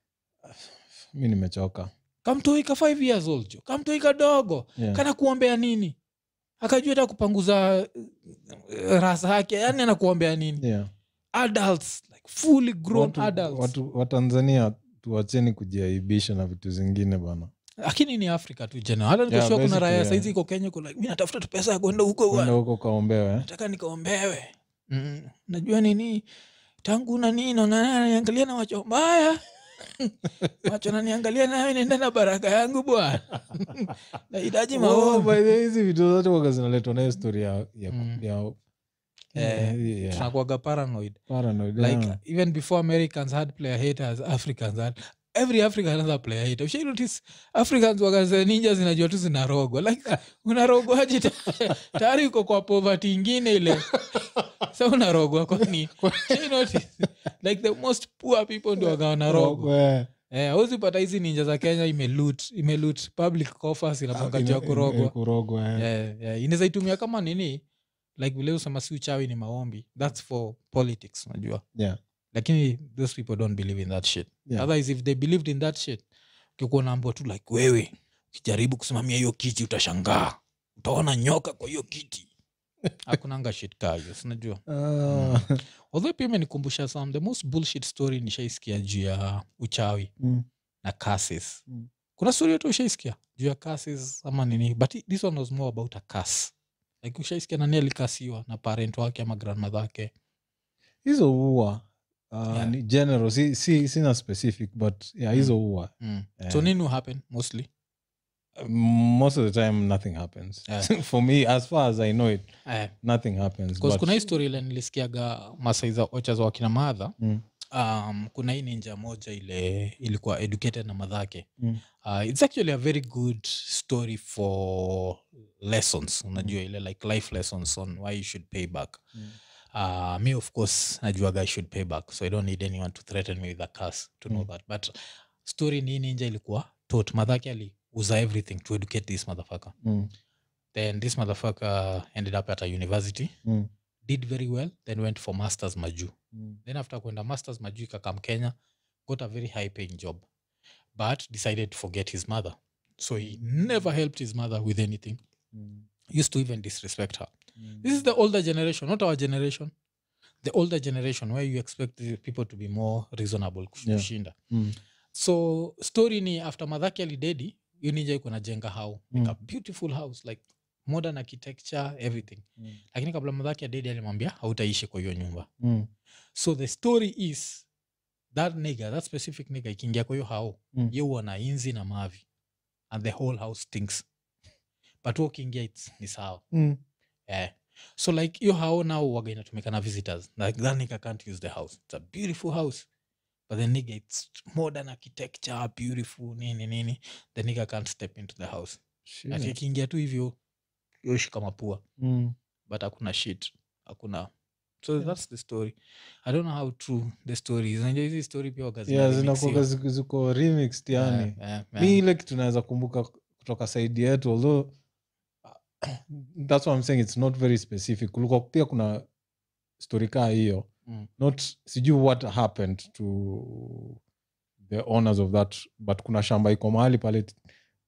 Speaker 2: mi nimechoka
Speaker 1: kamtoika five years old jo kamtoika dogo
Speaker 2: Yeah.
Speaker 1: kana kuombea nini akajua hata kupanguza eh, rasa yake yani yaani anakuombea nini
Speaker 2: Yeah.
Speaker 1: adults like fully grown
Speaker 2: Watu-
Speaker 1: adults
Speaker 2: watu- watanzania tuwacheni kujiaibisha na vitu zingine bana
Speaker 1: lakini ni africa tu general hata niko
Speaker 2: Yeah,
Speaker 1: sure kuna
Speaker 2: basically,
Speaker 1: raya
Speaker 2: yeah.
Speaker 1: saizi iko kenya iko like mi natafuta tu pesa ya kwenda huko bwana.
Speaker 2: enda huko kaombewe eh?
Speaker 1: nataka nikaombewe mm. najua nini tangu nanii naniangalia na macho mbaya macho naniangalia nayo inaenda na baraka yangu bwana nahitaji
Speaker 2: Oh,
Speaker 1: maombi
Speaker 2: by the way, hizi vitu zote waga zinaletwa nayo stori ya, ya,
Speaker 1: Mm.
Speaker 2: ya
Speaker 1: Eh,
Speaker 2: yeah, yeah.
Speaker 1: tunakuaga paranoid
Speaker 2: Paranoid,
Speaker 1: like
Speaker 2: yeah.
Speaker 1: even before americans had player haters africans had every african has a player hater Ushai notice africans wagaza ninja zinajua tu zinarogwa like unarogwaje ta- tayari uko kwa poverty ingine ile sa unarogwa kwani Ushai notice like the most poor people ndio waga wanarogwa
Speaker 2: Eh,
Speaker 1: eh hauwezi pata hizi ninja za kenya imelut imelut public coffers inapanga juu ya
Speaker 2: Ah, ime- ime-
Speaker 1: kurogwa
Speaker 2: kurogwa, eh.
Speaker 1: yeah, yeah. inaweza itumia kama nini like vile usema si uchawi ni maombi thats for politics unajua
Speaker 2: Yeah.
Speaker 1: lakini those people don't believe in that shit
Speaker 2: Yeah.
Speaker 1: otherwise if they believed in that shit ukikuwa naambwa tu like wewe ukijaribu kusimamia hiyo kiti utashangaa utaona nyoka kwa hiyo kiti hakunanga shit kaa hiyo sinajua
Speaker 2: Ah,
Speaker 1: although pia imenikumbusha some the most bullshit story nishaisikia juu ya uchawi
Speaker 2: mm.
Speaker 1: na curses
Speaker 2: Mm.
Speaker 1: kuna story yote ushaisikia juu ya curses ama nini but hi- this one was more about a curse like ushaisikia nani alikasiwa na parent wake ama grandmother wake
Speaker 2: hizo huwa uh,
Speaker 1: Yeah.
Speaker 2: ni general si, si, sina specific but yeah, hizo huwa
Speaker 1: mm.
Speaker 2: Eh.
Speaker 1: so nini happen mostly
Speaker 2: Um, most of the time nothing happens
Speaker 1: Yeah.
Speaker 2: for me as far as i know it
Speaker 1: eh,
Speaker 2: nothing happens
Speaker 1: Because
Speaker 2: but,
Speaker 1: kuna hii story ile nilisikiaga masai za ocha za wakina madha
Speaker 2: Mm.
Speaker 1: um, kuna hii ninja moja ile ilikuwa educated na madhake
Speaker 2: Mm.
Speaker 1: uh, its actually a very good story for lessons unajua ile like life lessons on why you should pay back
Speaker 2: Mm.
Speaker 1: uh, me of course najuaga i should pay back so i don't need anyone to threaten me with a curse to know
Speaker 2: Mm.
Speaker 1: that but story ni hii ninja ilikuwa tot madhake aliuza everything to educate this motherfucker
Speaker 2: Mm,
Speaker 1: then this motherfucker ended up at a university
Speaker 2: mm,
Speaker 1: did very well then went for masters majuu
Speaker 2: mm,
Speaker 1: then after kwenda masters majuu ikakam kenya got a very high paying job but decided to forget his mother so he never helped his mother with anything
Speaker 2: mm,
Speaker 1: used to even disrespect her
Speaker 2: mm.
Speaker 1: this is the older generation not our generation the older generation where you expect the people to be more reasonable kush-
Speaker 2: Yeah.
Speaker 1: kushinda
Speaker 2: Mm,
Speaker 1: so story ni after madhake alidedi unija iko najenga how like
Speaker 2: Mm.
Speaker 1: a beautiful house like modern architecture everything
Speaker 2: mm,
Speaker 1: lakini kabla madhake adedi alimwambia hautaishi kwa hiyo nyumba
Speaker 2: mm,
Speaker 1: so the story is that nigger, that specific nigger, ikiingia kwa hiyo hao
Speaker 2: Mm.
Speaker 1: ye huwa na inzi na mavi and the whole house stinks but huo ukiingia it's- ni sawa
Speaker 2: mm,
Speaker 1: yeah. Eh. so like hiyo hao nao waga inatumika na visitors like that nigger can't use the house it's a beautiful house but the nigger it's modern architecture beautiful nini nini the nigger can't step into the house
Speaker 2: shit.
Speaker 1: ati akiingia tu hivyo yoshi kama pua
Speaker 2: Mm,
Speaker 1: but hakuna shit hakuna so that's the story i don't know how true the story is Unajua hizi story pia waga
Speaker 2: yeah,
Speaker 1: zinaremixiwa.
Speaker 2: zinakuwa ziko- ziko remixed yani
Speaker 1: Eh, eh, eh.
Speaker 2: mi ile kitu naweza kumbuka kutoka saidi yetu although that's what I'm saying it's not very specific kulikuwa pia kuna story kaa hiyo
Speaker 1: Mm.
Speaker 2: not sijui what happened to the owners of that but kuna shamba iko mahali pale t-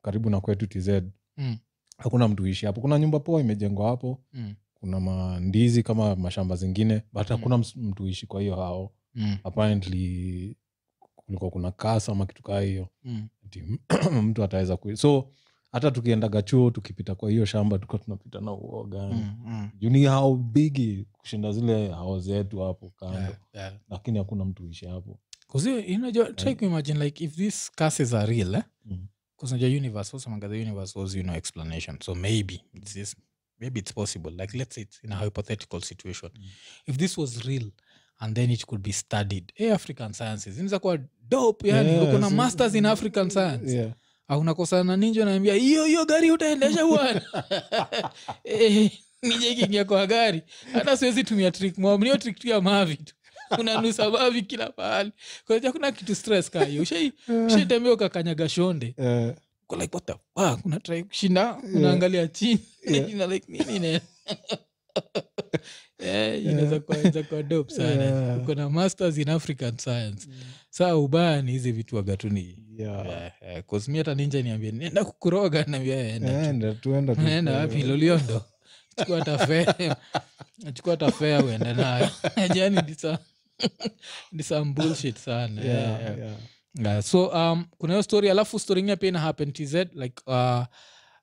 Speaker 2: karibu na kwetu tz
Speaker 1: Mm.
Speaker 2: hakuna mtu ishi hapo kuna nyumba poa imejengwa hapo
Speaker 1: Mm,
Speaker 2: kuna mandizi kama mashamba zingine but
Speaker 1: Mm.
Speaker 2: hakuna ms- mtu ishi kwa hiyo hao
Speaker 1: mm,
Speaker 2: apparently kulikuwa kuna kasa ama kitu kaa hiyo
Speaker 1: mm,
Speaker 2: ati m- mtu ataweza ku so hata tukiendaga chuo tukipita kwa hiyo shamba tulikuwa tunapita na uoga mm.
Speaker 1: mm, mm.
Speaker 2: juni hao bigi kushinda zile hao zetu hapo kando
Speaker 1: Yeah, yeah.
Speaker 2: lakini hakuna mtu ishi hapo
Speaker 1: 'Cause you- you know, jo- try kuimagine like if these curses are real eh?
Speaker 2: Mm.
Speaker 1: 'Cause unajua universe wasemanga the universe was you know explanation so maybe it's this, maybe it's possible like let's say it's in a hypothetical situation
Speaker 2: Mm.
Speaker 1: if this was real and then it could be studied eh, african sciences inaweza kuwa dope yani
Speaker 2: Yeah,
Speaker 1: kuna
Speaker 2: so-
Speaker 1: masters in african science
Speaker 2: yeah.
Speaker 1: au Ah, unakosana na ninja naambia hiyo hiyo gari utaendesha bwana Eh, ninja ikiingia kwa gari hata siwezi tumia trick mob niyo trick tu ya mavi tu unanusa mavi kila pahali kwaja kuna kitu stress kaa hiyo Ushai- ushaitembea ukakanyaga shonde
Speaker 2: Eh,
Speaker 1: Uko like what the fuck una try kushinda unaangalia chini
Speaker 2: Yeah.
Speaker 1: Ina like nini ina- Eh, inaweza kuwa- inaweza kuwa dope sana
Speaker 2: Yeah.
Speaker 1: uko na masters in african science saa ubaya ni hizi vitu wagatuni
Speaker 2: yeah.
Speaker 1: Ah. kosmi hata ninja niambia nienda kukuroga naambia "Eh, enda tu."
Speaker 2: Enda tu, enda tu.
Speaker 1: unaenda wapi loliondo chukua hata fea chukua hata fea uende nayo jani disa Yaani ni some bullshit sana yeah, yeah,
Speaker 2: Yeah, yeah.
Speaker 1: Yeah, so um, kuna hiyo story alafu story ingine pia ina happen tz like uh,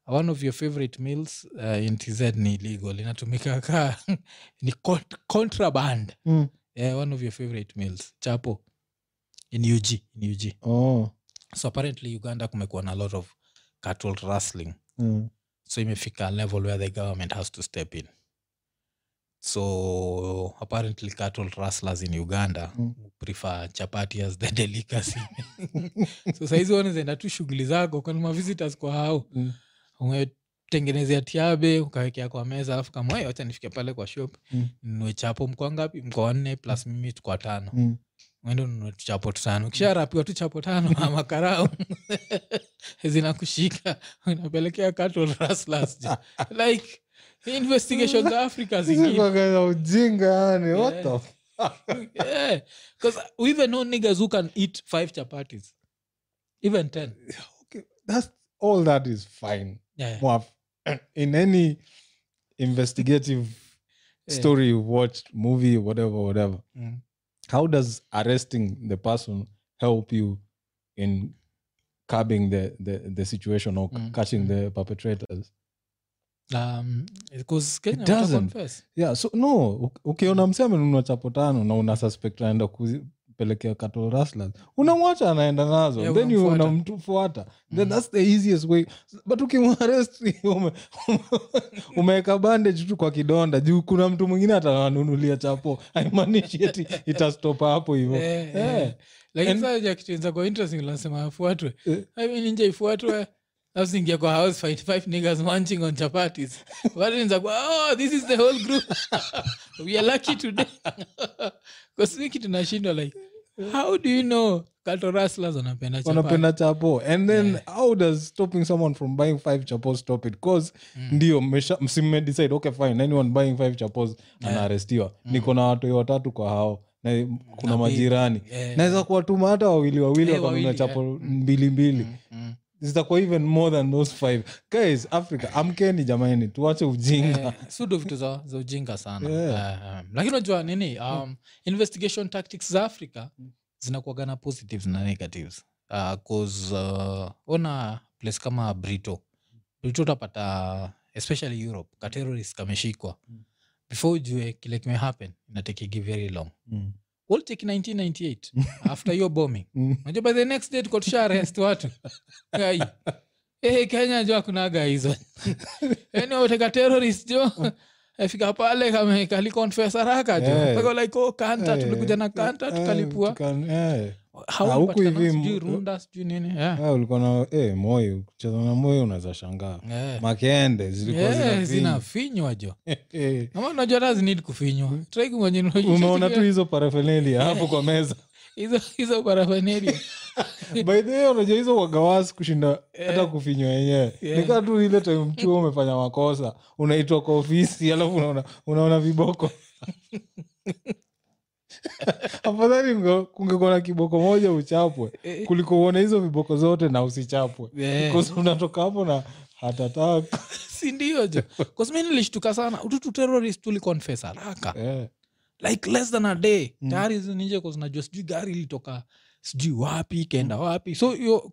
Speaker 1: one of your favorite meals uh, in tz ni illegal inatumika ka ni con- contraband
Speaker 2: Mm.
Speaker 1: yeah, one of your favorite meals chapo in ug in ug
Speaker 2: Oh.
Speaker 1: so apparently uganda kumekuwa na lot of cattle rustling
Speaker 2: Mm.
Speaker 1: so imefika a level where the government has to step in so apparently cattle rustlers in uganda
Speaker 2: Mm.
Speaker 1: prefer chapati as the delicacy so saizi wanazaenda tu shughuli zako kwani mavisitors kwa hao
Speaker 2: Mm.
Speaker 1: umetengenezea tiabe ukawekea kwa meza alafu kama "Hey, wacha nifike pale kwa shop
Speaker 2: Mm.
Speaker 1: nunue chapo mkoa ngapi mkoa wanne plus mimi tukwa tano
Speaker 2: Mm.
Speaker 1: uende ununue tu chapo tu tano ukisharapiwa tu chapo tano ama karau zinakushika unapelekea cattle rustlers je. like investigation za africa zingine
Speaker 2: Hizi kwa ujinga yani what
Speaker 1: Yeah.
Speaker 2: the f-
Speaker 1: yeah. Cause we even know niggas who can eat five chapatis. Even ten.
Speaker 2: okay. that's all that is fine
Speaker 1: Yeah.
Speaker 2: Mwaf. in any investigative
Speaker 1: Yeah.
Speaker 2: story you've watched movie whatever whatever
Speaker 1: Mm.
Speaker 2: how does arresting the person help you in curbing the the, the situation or
Speaker 1: Mm.
Speaker 2: catching the perpetrators
Speaker 1: Um, because Kenya
Speaker 2: It
Speaker 1: wata
Speaker 2: doesn't.
Speaker 1: confess.
Speaker 2: yeah so no uk- ukiona msee amenunua chapo tano na una suspect anaenda kupelekea cattle rustlers unamwacha anaenda nazo
Speaker 1: Yeah,
Speaker 2: then you
Speaker 1: unamfuata.
Speaker 2: unamfuata
Speaker 1: Mm.
Speaker 2: then that's the easiest way but ukimarest umeweka bandage tu kwa kidonda juu kuna mtu mwingine atananunulia chapo haimaanishi eti itastop hapo hivyo
Speaker 1: Eh,
Speaker 2: Yeah.
Speaker 1: eh. Like
Speaker 2: And-
Speaker 1: sasa kitu inza kwa interesting unasema afuatwe.
Speaker 2: Eh.
Speaker 1: I mean nje ifuatwe. Alafu ingia kwa house fight five niggas munching on chapatis. Watu inza kwa oh this is the whole group. We are lucky today. Kwa sisi kitu nashindwa like how do you know cattle rustlers wanapenda chapati?
Speaker 2: wanapenda chapo and then
Speaker 1: Yeah.
Speaker 2: how does stopping someone from buying five chapos stop it cause
Speaker 1: Mm.
Speaker 2: ndio mmesha- msi- mmedecide okay fine anyone buying five
Speaker 1: Eh.
Speaker 2: chapos anaarestiwa niko na watu watatu kwa hao na kuna
Speaker 1: Mm. Na bei-
Speaker 2: majirani
Speaker 1: Yeah.
Speaker 2: naweza kuwatuma hata wawili wawili
Speaker 1: Eh,
Speaker 2: wakanunua
Speaker 1: wawili,
Speaker 2: chapo
Speaker 1: yeah.
Speaker 2: mbili mbili
Speaker 1: Mm, mm.
Speaker 2: zitakuwa even more than those five guys africa amkeni jamani tuache ujinga
Speaker 1: Eh, si ndo vitu za, za ujinga sana
Speaker 2: Yeah.
Speaker 1: Eh, um, lakini unajua nini um, investigation tactics za africa zinakuaga na positives na negatives uh, cause uh, ona place kama brito brito utapata especially europe ka terrorist kameshikwa
Speaker 2: Mm.
Speaker 1: before ujue kile kimehappen inatekigi very long
Speaker 2: Mm.
Speaker 1: We'll take 1998 after hiyo bombing
Speaker 2: Mm.
Speaker 1: najua by the next day tuko tusha arrest watu Ai. Eh, kenya jo akunaga hizo yani wameteka terrorist jo afika pale kame- kali confess haraka jo
Speaker 2: Eh.
Speaker 1: Paka like oh kanta
Speaker 2: Eh,
Speaker 1: tulikuja na kanta
Speaker 2: eh,
Speaker 1: tukalipua
Speaker 2: tukan- eh.
Speaker 1: Hawa
Speaker 2: huku
Speaker 1: walipatikana
Speaker 2: hivi-
Speaker 1: sijui runda sijui nini yeah.
Speaker 2: Eh, ulikuwa na eh, moyo kucheza na moyo unaweza shangaa
Speaker 1: Eh.
Speaker 2: makende zilikuwa
Speaker 1: Eh,
Speaker 2: zinafinya.
Speaker 1: zinafinywa jo
Speaker 2: Eh.
Speaker 1: kama unajua hata zini kufinywa Try kumwenye-
Speaker 2: Hmm. umeona tu hizo parafeneli hapo
Speaker 1: Eh.
Speaker 2: kwa meza
Speaker 1: hizo hizo parafaneli
Speaker 2: by the way unajua hizo wagawasi kushinda hata kufinywa yenyewe
Speaker 1: Yeah.
Speaker 2: nikaa tu ile time mchuo umefanya makosa unaitwa kwa ofisi alafu unaona, unaona viboko afadhali unge- kungekuwa na kiboko moja uchapwe
Speaker 1: Eh.
Speaker 2: kuliko uone hizo viboko zote na usichapwe
Speaker 1: Eh.
Speaker 2: Because unatoka hapo na hatataka
Speaker 1: sindio jo kasmi nilishtuka sana ututu terrorist tuliconfess haraka like less than a day
Speaker 2: Mm.
Speaker 1: tayari hizo ninje kwa zinajua sijui gari ilitoka sijui wapi
Speaker 2: Mm.
Speaker 1: ikaenda wapi so hiyo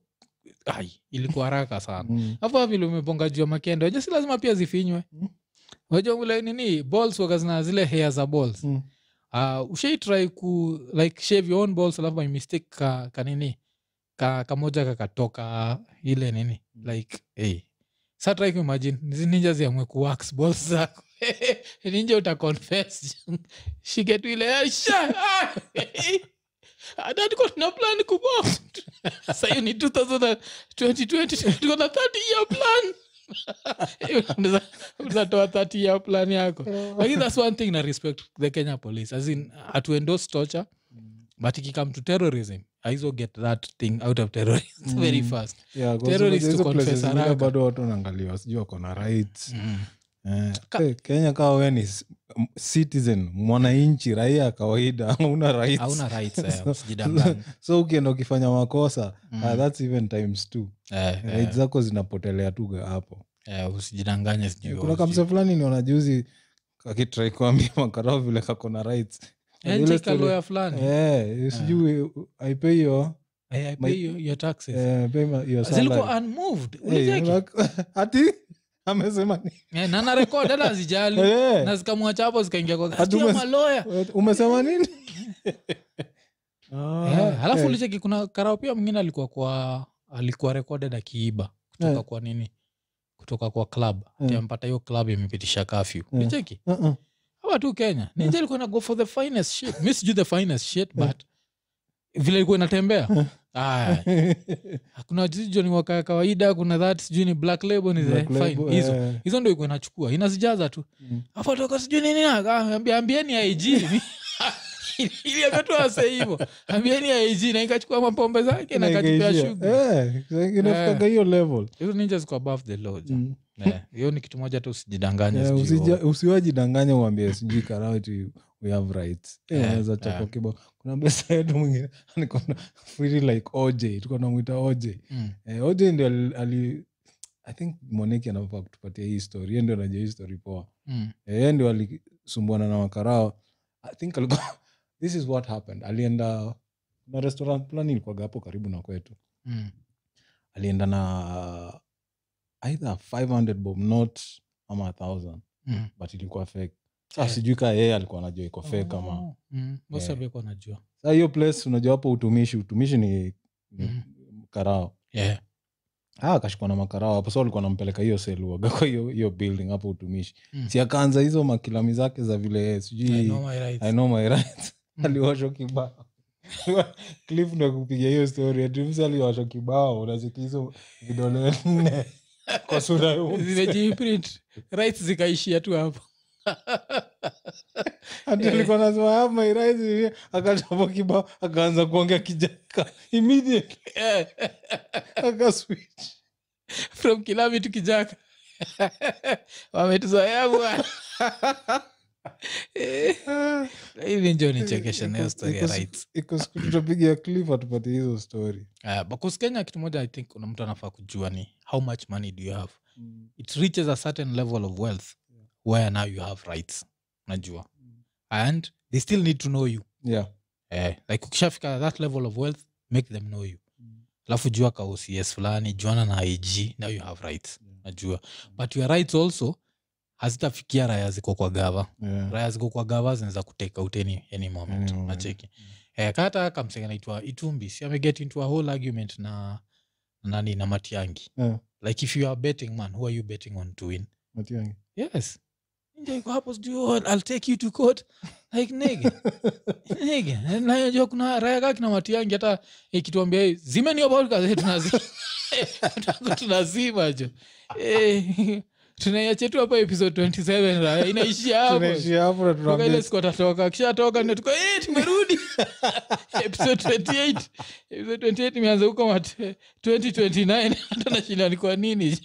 Speaker 1: ai ilikuwa haraka sana afu vile umeponga juu ya makendo wajua si lazima pia zifinywe
Speaker 2: Mm.
Speaker 1: wajua ule nini balls waga zina zile hair za balls
Speaker 2: Mm.
Speaker 1: uh, ushaitrai ku like shave your own balls alafu by mistake ka, ka nini ka, kamoja kakatoka ile nini like hey. sa try kuimagine hizi ninja ziamwe kuwax balls zako ninja utaconfess shike tu ile "Ah, sha, ah, eh, ah, dad, tuko tuna plan kubwa sahiyo ni 2020 tuko na 30 year plan Unaweza- unatoa 30 year plan yako lakini that's one thing na respect the kenya police as in hatuendos torture but ikikam to terrorism aizo get that thing out of terrorism very
Speaker 2: Mm.
Speaker 1: fast
Speaker 2: Yeah, 'cause
Speaker 1: Terrorists
Speaker 2: unajua hizo
Speaker 1: to
Speaker 2: places
Speaker 1: confess
Speaker 2: zingine
Speaker 1: haraka.
Speaker 2: bado watu wanaangaliwa sijui wako na rights
Speaker 1: mm.
Speaker 2: Eh,
Speaker 1: Ka-
Speaker 2: eh, kenya kawa we ni s- m- citizen mwananchi raia kawaida hauna rights.
Speaker 1: hauna rights eh,
Speaker 2: So-
Speaker 1: usijidanganye.
Speaker 2: so ukienda ukifanya makosa
Speaker 1: Mm.
Speaker 2: ah, thats even times two
Speaker 1: Eh, eh,
Speaker 2: rights zako zinapotelea tu ga hapo
Speaker 1: eh, usijidanganye sijui
Speaker 2: kuna
Speaker 1: wapi.
Speaker 2: kamse fulani niona juzi akitrai kuambia makarao vile kako na rights Ile
Speaker 1: Eh, take a
Speaker 2: story-
Speaker 1: lawyer fulani
Speaker 2: Eh, sijui
Speaker 1: Ah.
Speaker 2: i pay your,
Speaker 1: Eh, I
Speaker 2: my-
Speaker 1: pay you your taxes.
Speaker 2: eh, pay my- your
Speaker 1: zilikuwa
Speaker 2: salary.
Speaker 1: unmoved
Speaker 2: Eh,
Speaker 1: ulizeki
Speaker 2: like- ati amesema ni-
Speaker 1: Eh, na na record hata hazijali
Speaker 2: Eh,
Speaker 1: na zikamwacha hapo zikaingia kwa
Speaker 2: Hatu
Speaker 1: kila
Speaker 2: mas-
Speaker 1: maloya
Speaker 2: umesema nini Ah,
Speaker 1: Eh, halafu
Speaker 2: eh,
Speaker 1: ulicheki kuna karao pia mwingine alikuwa kwa alikuwa recorded akiiba kutoka
Speaker 2: Eh.
Speaker 1: kwa nini kutoka kwa club
Speaker 2: Eh.
Speaker 1: yeah. ampata hiyo club imepitisha kafyu
Speaker 2: Eh.
Speaker 1: ulicheki
Speaker 2: uh-uh.
Speaker 1: hapa tu kenya ninja ilikuwa na go for the finest shit mi sijui the finest shit
Speaker 2: Eh.
Speaker 1: but vile ilikuwa inatembea aya Eh. kuna sijui ni waka kawaida kuna that sijui ni black label ni the
Speaker 2: Black label,
Speaker 1: fine hizo
Speaker 2: eh.
Speaker 1: hizo ndio ilikuwa inachukua inazijaza tu
Speaker 2: Mm.
Speaker 1: hapo toka sijui nini aka- ambia- ambieni aig iliametu ase hivo ambieni aig na ikachukua mapombe zake na kajipea
Speaker 2: Nikaishia.
Speaker 1: shughuli
Speaker 2: Eh, like inafikaga hiyo level
Speaker 1: hizo ninja ziko above the law ja.
Speaker 2: Mm.
Speaker 1: Eh, hiyo ni kitu moja tu usijidanganye
Speaker 2: Eh,
Speaker 1: sijui
Speaker 2: usija-
Speaker 1: wewe.
Speaker 2: usiwajidanganye uambie sijui karauti we have rights Eh,
Speaker 1: Eh,
Speaker 2: unaweza chapa
Speaker 1: eh.
Speaker 2: kibao kuna besa yetu mwingine nikona free like oj tuko namwita oj
Speaker 1: Mm.
Speaker 2: eh, oj ndio ali, ali i think moneki anafaa kutupatia hii story Yeye ndio anajua hii story poa
Speaker 1: Mm.
Speaker 2: Eh, yeye ndio alisumbuana na wakarao i think alikuwa this is what happened alienda na restaurant fulani ilikuwaga hapo karibu na kwetu
Speaker 1: Mm.
Speaker 2: alienda na uh, either 500 bob not ama 1000
Speaker 1: Mm.
Speaker 2: but ilikuwa fake saa
Speaker 1: Eh.
Speaker 2: sijui kaa yeye alikuwa anajua iko fake ama
Speaker 1: Oh. Mm. Bosi
Speaker 2: Eh.
Speaker 1: alikuwa anajua.
Speaker 2: saa hiyo place unajua hapo utumishi utumishi ni, ni
Speaker 1: Mm-hmm.
Speaker 2: karao
Speaker 1: Yeah.
Speaker 2: Ah, akashikwa na makarao hapo so alikuwa anampeleka hiyo seluaga kwa hiyo hiyo building hapo utumishi
Speaker 1: Mm.
Speaker 2: si akaanza hizo makilami zake za vile
Speaker 1: I
Speaker 2: sijui
Speaker 1: know my rights.
Speaker 2: I know my rights.
Speaker 1: Mm.
Speaker 2: aliwashwa kibao cliff ndo kupiga hiyo story atims aliwashwa kibao unacheki hizo vidole nne kwa sura ya huyu.
Speaker 1: Zimejiprint. Rights zikaishia tu hapo
Speaker 2: Ati
Speaker 1: Eh.
Speaker 2: alikuwa anasema "I have my rights here." akachapa kibao akaanza kuongea kijaka immediately
Speaker 1: Eh,
Speaker 2: akaswitch
Speaker 1: from kilavi tu kijaka wametuzoea bwana Eh,
Speaker 2: Ah,
Speaker 1: hivi njo nichekesha nayo
Speaker 2: iko-
Speaker 1: story ya
Speaker 2: iko-
Speaker 1: rights
Speaker 2: iko siku tutapiga cliff atupate hizo story
Speaker 1: Ah, because kenya kitu moja i think kuna mtu anafaa kujua ni how much money do you have it reaches a certain level of wealth where now you have rights najua
Speaker 2: Mm.
Speaker 1: and they still need to know you
Speaker 2: yeah
Speaker 1: eh, like ukishafika that level of wealth make them know you
Speaker 2: Mm.
Speaker 1: alafu jua ka ocs fulani juana na ig now you have rights najua but your rights also hazitafikia raya ziko kwa gava
Speaker 2: Yeah.
Speaker 1: raya ziko kwa gava zinaweza kuteka out any, any moment
Speaker 2: Any moment.
Speaker 1: nacheki eh, kata kamsega naitwa itumbi si ame get into a whole argument na na nani na matiangi
Speaker 2: Yeah.
Speaker 1: like if you are betting man who are you betting on to win
Speaker 2: Matiang'i.
Speaker 1: yes Nje iko hapo sijui oh, I'll take you to court like nigga nige najua kuna raya kaki na watu yangi hata ikituambia hii zimeni tunazima jo Eh, tunaiacha tu hapa episode 27 raya inaishia hapo
Speaker 2: tunaishia hapo na
Speaker 1: Toka ile
Speaker 2: tunaambia
Speaker 1: siku atatoka akishatoka ndio tuko eh tumerudi episode 28 episode 28 imeanza huko mat 2029 hata nashinda ni kwa nini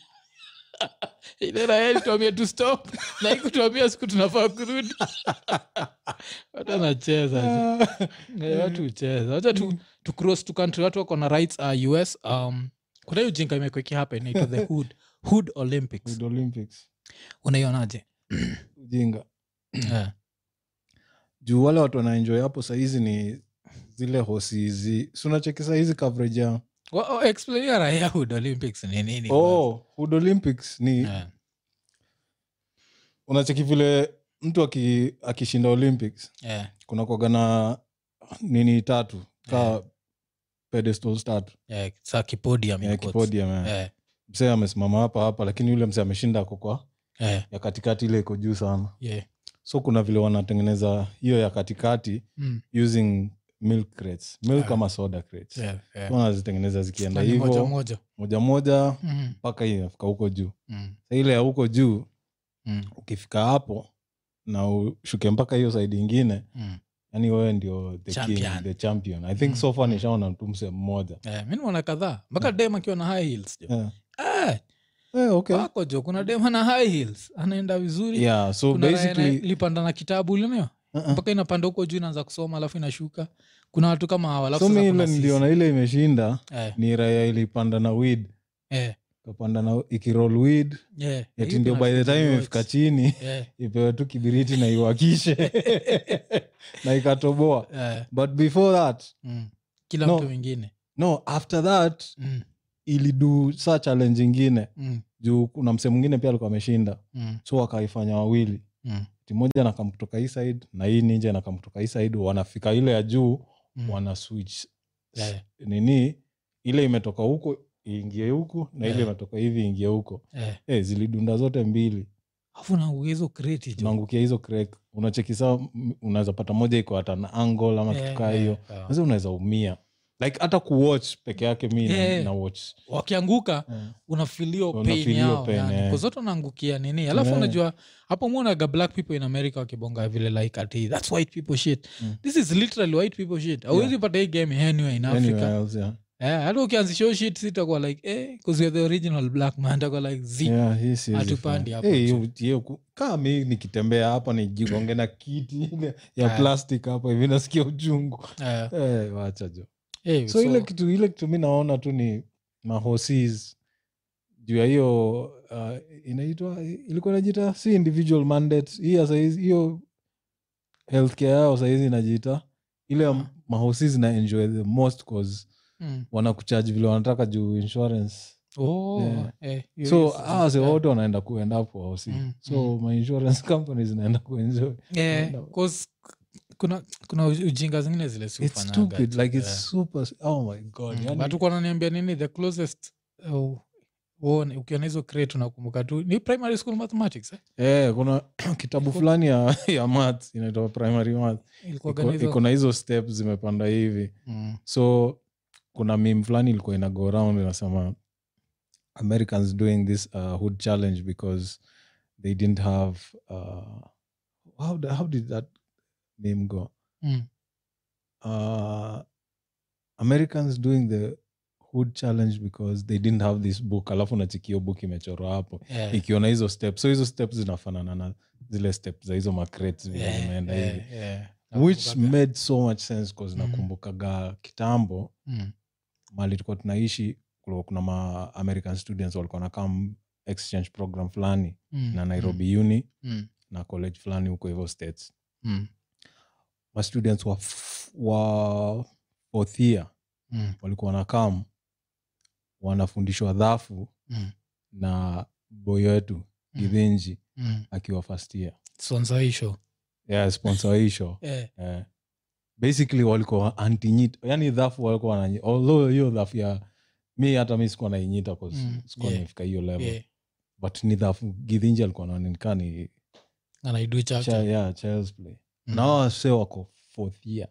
Speaker 1: ile raya ilituambia tu stop na ikutuambia siku tunafaa kurudi hata nacheza jo.
Speaker 2: Ah.
Speaker 1: Eh, watu hucheza wacha tu, tu cross to country watu wako na rights uh, us um, kuna hiyo jinga imekwekea hapa inaitwa the hood hood olympics
Speaker 2: With Olympics.
Speaker 1: unaionaje
Speaker 2: ujinga Hmm.
Speaker 1: Eh,
Speaker 2: juu wale watu wanaenjoy hapo sahizi ni zile hosizi sunacheki sahizi coverage ya
Speaker 1: wa- wa- explain hiyo raia hood olympics ni nini
Speaker 2: oh, Hood olympics ni
Speaker 1: Eh,
Speaker 2: unacheki vile mtu aki, akishinda olympics
Speaker 1: eh,
Speaker 2: kuna kwaga na nini tatu ka pedestals tatu
Speaker 1: eh, sa kipodium in
Speaker 2: ya
Speaker 1: quotes.
Speaker 2: kipodium ya.
Speaker 1: Eh,
Speaker 2: msee amesimama hapa hapa lakini yule msee ameshinda ako kwa
Speaker 1: eh,
Speaker 2: ya katikati ile iko juu sana
Speaker 1: yeah.
Speaker 2: so kuna vile wanatengeneza hiyo ya katikati
Speaker 1: Mm,
Speaker 2: using milk crates milk
Speaker 1: Ah.
Speaker 2: ama soda crates
Speaker 1: yeah, yeah.
Speaker 2: So wanazitengeneza zikienda
Speaker 1: Na ni moja
Speaker 2: hivo
Speaker 1: moja.
Speaker 2: moja moja
Speaker 1: Mm,
Speaker 2: mpaka hii inafika huko juu
Speaker 1: mm,
Speaker 2: Sa ile ya huko juu
Speaker 1: mm,
Speaker 2: ukifika hapo na ushuke mpaka hiyo saidi ingine
Speaker 1: mm.
Speaker 2: yani Yaani wewe ndio the
Speaker 1: Champion.
Speaker 2: king, the champion i think
Speaker 1: Mm.
Speaker 2: so far nishaona mtu mse mmoja
Speaker 1: Eh, mi nimeona kadhaa mpaka dem akiwa na high heels jo
Speaker 2: yeah.
Speaker 1: Eh,
Speaker 2: yeah, Eh. okay.
Speaker 1: wako jo kuna dem ana high heels anaenda vizuri
Speaker 2: yeah, so
Speaker 1: kuna raya
Speaker 2: basically
Speaker 1: lipanda na kitabu lineo
Speaker 2: uh-uh.
Speaker 1: mpaka inapanda huko juu inaanza kusoma alafu inashuka kuna watu kama hawa alafu
Speaker 2: so
Speaker 1: sasa
Speaker 2: mi
Speaker 1: kuna
Speaker 2: ile
Speaker 1: sisi.
Speaker 2: niliona ile imeshinda
Speaker 1: eh,
Speaker 2: ni raya ilipanda na weed
Speaker 1: eh,
Speaker 2: kapanda na ikirol weed
Speaker 1: Yeah,
Speaker 2: eti
Speaker 1: hii
Speaker 2: ndio by
Speaker 1: plastic
Speaker 2: the time
Speaker 1: works.
Speaker 2: imefika chini
Speaker 1: Yeah,
Speaker 2: ipewe tu kibiriti na iwakishe na ikatoboa
Speaker 1: eh,
Speaker 2: but before that
Speaker 1: mm. kila
Speaker 2: No.
Speaker 1: mtu mwingine
Speaker 2: no after that
Speaker 1: Mm,
Speaker 2: ilidu saa challenge ingine
Speaker 1: mm,
Speaker 2: juu kuna mse mwingine pia alikuwa ameshinda
Speaker 1: mm,
Speaker 2: so wakaifanya wawili
Speaker 1: mm,
Speaker 2: timoja nakam kutoka hii side na hii ninja nakam kutoka hii side wanafika ile ya juu
Speaker 1: mm.
Speaker 2: wana switch
Speaker 1: Yeah.
Speaker 2: nini ile imetoka huko iingie huku na ile
Speaker 1: Yeah.
Speaker 2: imetoka hivi iingie huko
Speaker 1: Eh,
Speaker 2: Eh, zilidunda zote mbili
Speaker 1: alafu nauwezo kreti jo.
Speaker 2: unaangukia hizo crack unachekisa unaweza pata moja iko hata na angle ama
Speaker 1: Eh,
Speaker 2: kitu kaa
Speaker 1: eh,
Speaker 2: hiyo
Speaker 1: sawa.
Speaker 2: sasa unaweza umia like hata kuwatch peke yake mi na-
Speaker 1: Yeah.
Speaker 2: na watch
Speaker 1: wakianguka unafilio
Speaker 2: Unafeel
Speaker 1: pain
Speaker 2: hiyo
Speaker 1: yao
Speaker 2: pain, eh.
Speaker 1: kuzote unaangukia nini alafu
Speaker 2: Yeah.
Speaker 1: unajua hapo mwonaga black people in america wakibonga vile like ati thats white people shit
Speaker 2: Mm.
Speaker 1: this is literally white people shit auwezi pata hii game anywhere in africa
Speaker 2: Anywhere else, yeah.
Speaker 1: Eh, hata ukianzisha hiyo shit sitakuwa like eh, 'cause you're the original black man takuwa like z
Speaker 2: Yeah, hii si easy
Speaker 1: Hatupandi
Speaker 2: for-
Speaker 1: hapo
Speaker 2: Eh,
Speaker 1: chini.
Speaker 2: hiyo- hiyo ku- kaa mi nikitembea hapa nijigonge na kiti ile ya
Speaker 1: Ah.
Speaker 2: plastic hapo hivi nasikia uchungu
Speaker 1: eh,
Speaker 2: Eh, wacha jo
Speaker 1: eh,
Speaker 2: so ile kitu ile kitu mi naona tu ni mahosis juu ya hiyo uh, inaitwa ilikuwa inajiita si individual mandate hii ya saizi hiyo healthcare yao sahizi inajiita ile ya
Speaker 1: Ah.
Speaker 2: mahosis na enjoy the most cause
Speaker 1: mm.
Speaker 2: wanakuchaji vile wanataka juu insurance
Speaker 1: oh,
Speaker 2: Yeah.
Speaker 1: eh, hiyo
Speaker 2: so ah,
Speaker 1: yes, yes,
Speaker 2: awase
Speaker 1: eh.
Speaker 2: wote wanaenda kuend up wahosi
Speaker 1: Mm,
Speaker 2: so
Speaker 1: mm.
Speaker 2: my insurance companies zinaenda kuenjoy
Speaker 1: Eh,
Speaker 2: No.
Speaker 1: 'cause kuna kuna ujinga zingine zile
Speaker 2: it's
Speaker 1: siufanyaga.
Speaker 2: stupid like it's
Speaker 1: Eh.
Speaker 2: super oh my god yani-
Speaker 1: Mm, watu kwananiambia nini the closest uh, uone ukiona hizo crate unakumbuka tu ni primary school mathematics eh?
Speaker 2: Eh, kuna kitabu fulani ya, ya math inaitwa primary math
Speaker 1: Ilikuwaga na
Speaker 2: iko,
Speaker 1: hizo-
Speaker 2: iko na hizo step zimepanda hivi
Speaker 1: Mm,
Speaker 2: so kuna mim fulani ilikuwa ina go around inasema americans doing this uh, hood challenge because they didn't have uh, how, the- how did that meme go
Speaker 1: mm,
Speaker 2: uh, americans doing the hood challenge because they didn't have this book alafu nachikio book imechorwa hapo
Speaker 1: eh,
Speaker 2: ikiona hizo step so hizo step zinafanana na zile step za hizo macrates vile
Speaker 1: eh,
Speaker 2: zimeenda
Speaker 1: eh,
Speaker 2: hivi
Speaker 1: eh,
Speaker 2: which
Speaker 1: nakumbukaga.
Speaker 2: made so much sense bcause
Speaker 1: Mhm.
Speaker 2: nakumbukaga kitambo
Speaker 1: Mm,
Speaker 2: mali tulikuwa tunaishi kulikuwa kuna ma american students walikuwa nakam exchange program fulani
Speaker 1: mm,
Speaker 2: na
Speaker 1: mm,
Speaker 2: nairobi uni
Speaker 1: mm,
Speaker 2: na college fulani huko hivyo states
Speaker 1: mm,
Speaker 2: ma students wa, f- wa fourth year
Speaker 1: mm,
Speaker 2: walikuwa nakam wanafundishwa dhafu
Speaker 1: mm,
Speaker 2: na boyo wetu
Speaker 1: Mhm.
Speaker 2: githinji
Speaker 1: mm.
Speaker 2: akiwa first year
Speaker 1: sonzaisho
Speaker 2: yeah, sponsor wa hii show
Speaker 1: eh,
Speaker 2: Eh. basically walikuwa antinyita yani dhafu walikuwa wananyi although hiyo dhafu ya mi hata mi sikuwa nainyita
Speaker 1: Mm,
Speaker 2: sikuwa
Speaker 1: yeah.
Speaker 2: nafika hiyo level
Speaker 1: eh,
Speaker 2: but ni dhafu gidhinji alikuwa naonekana ni
Speaker 1: anaidu
Speaker 2: cha,
Speaker 1: chapter
Speaker 2: yeah, child's play
Speaker 1: Mm,
Speaker 2: na hawa wase wako fourth year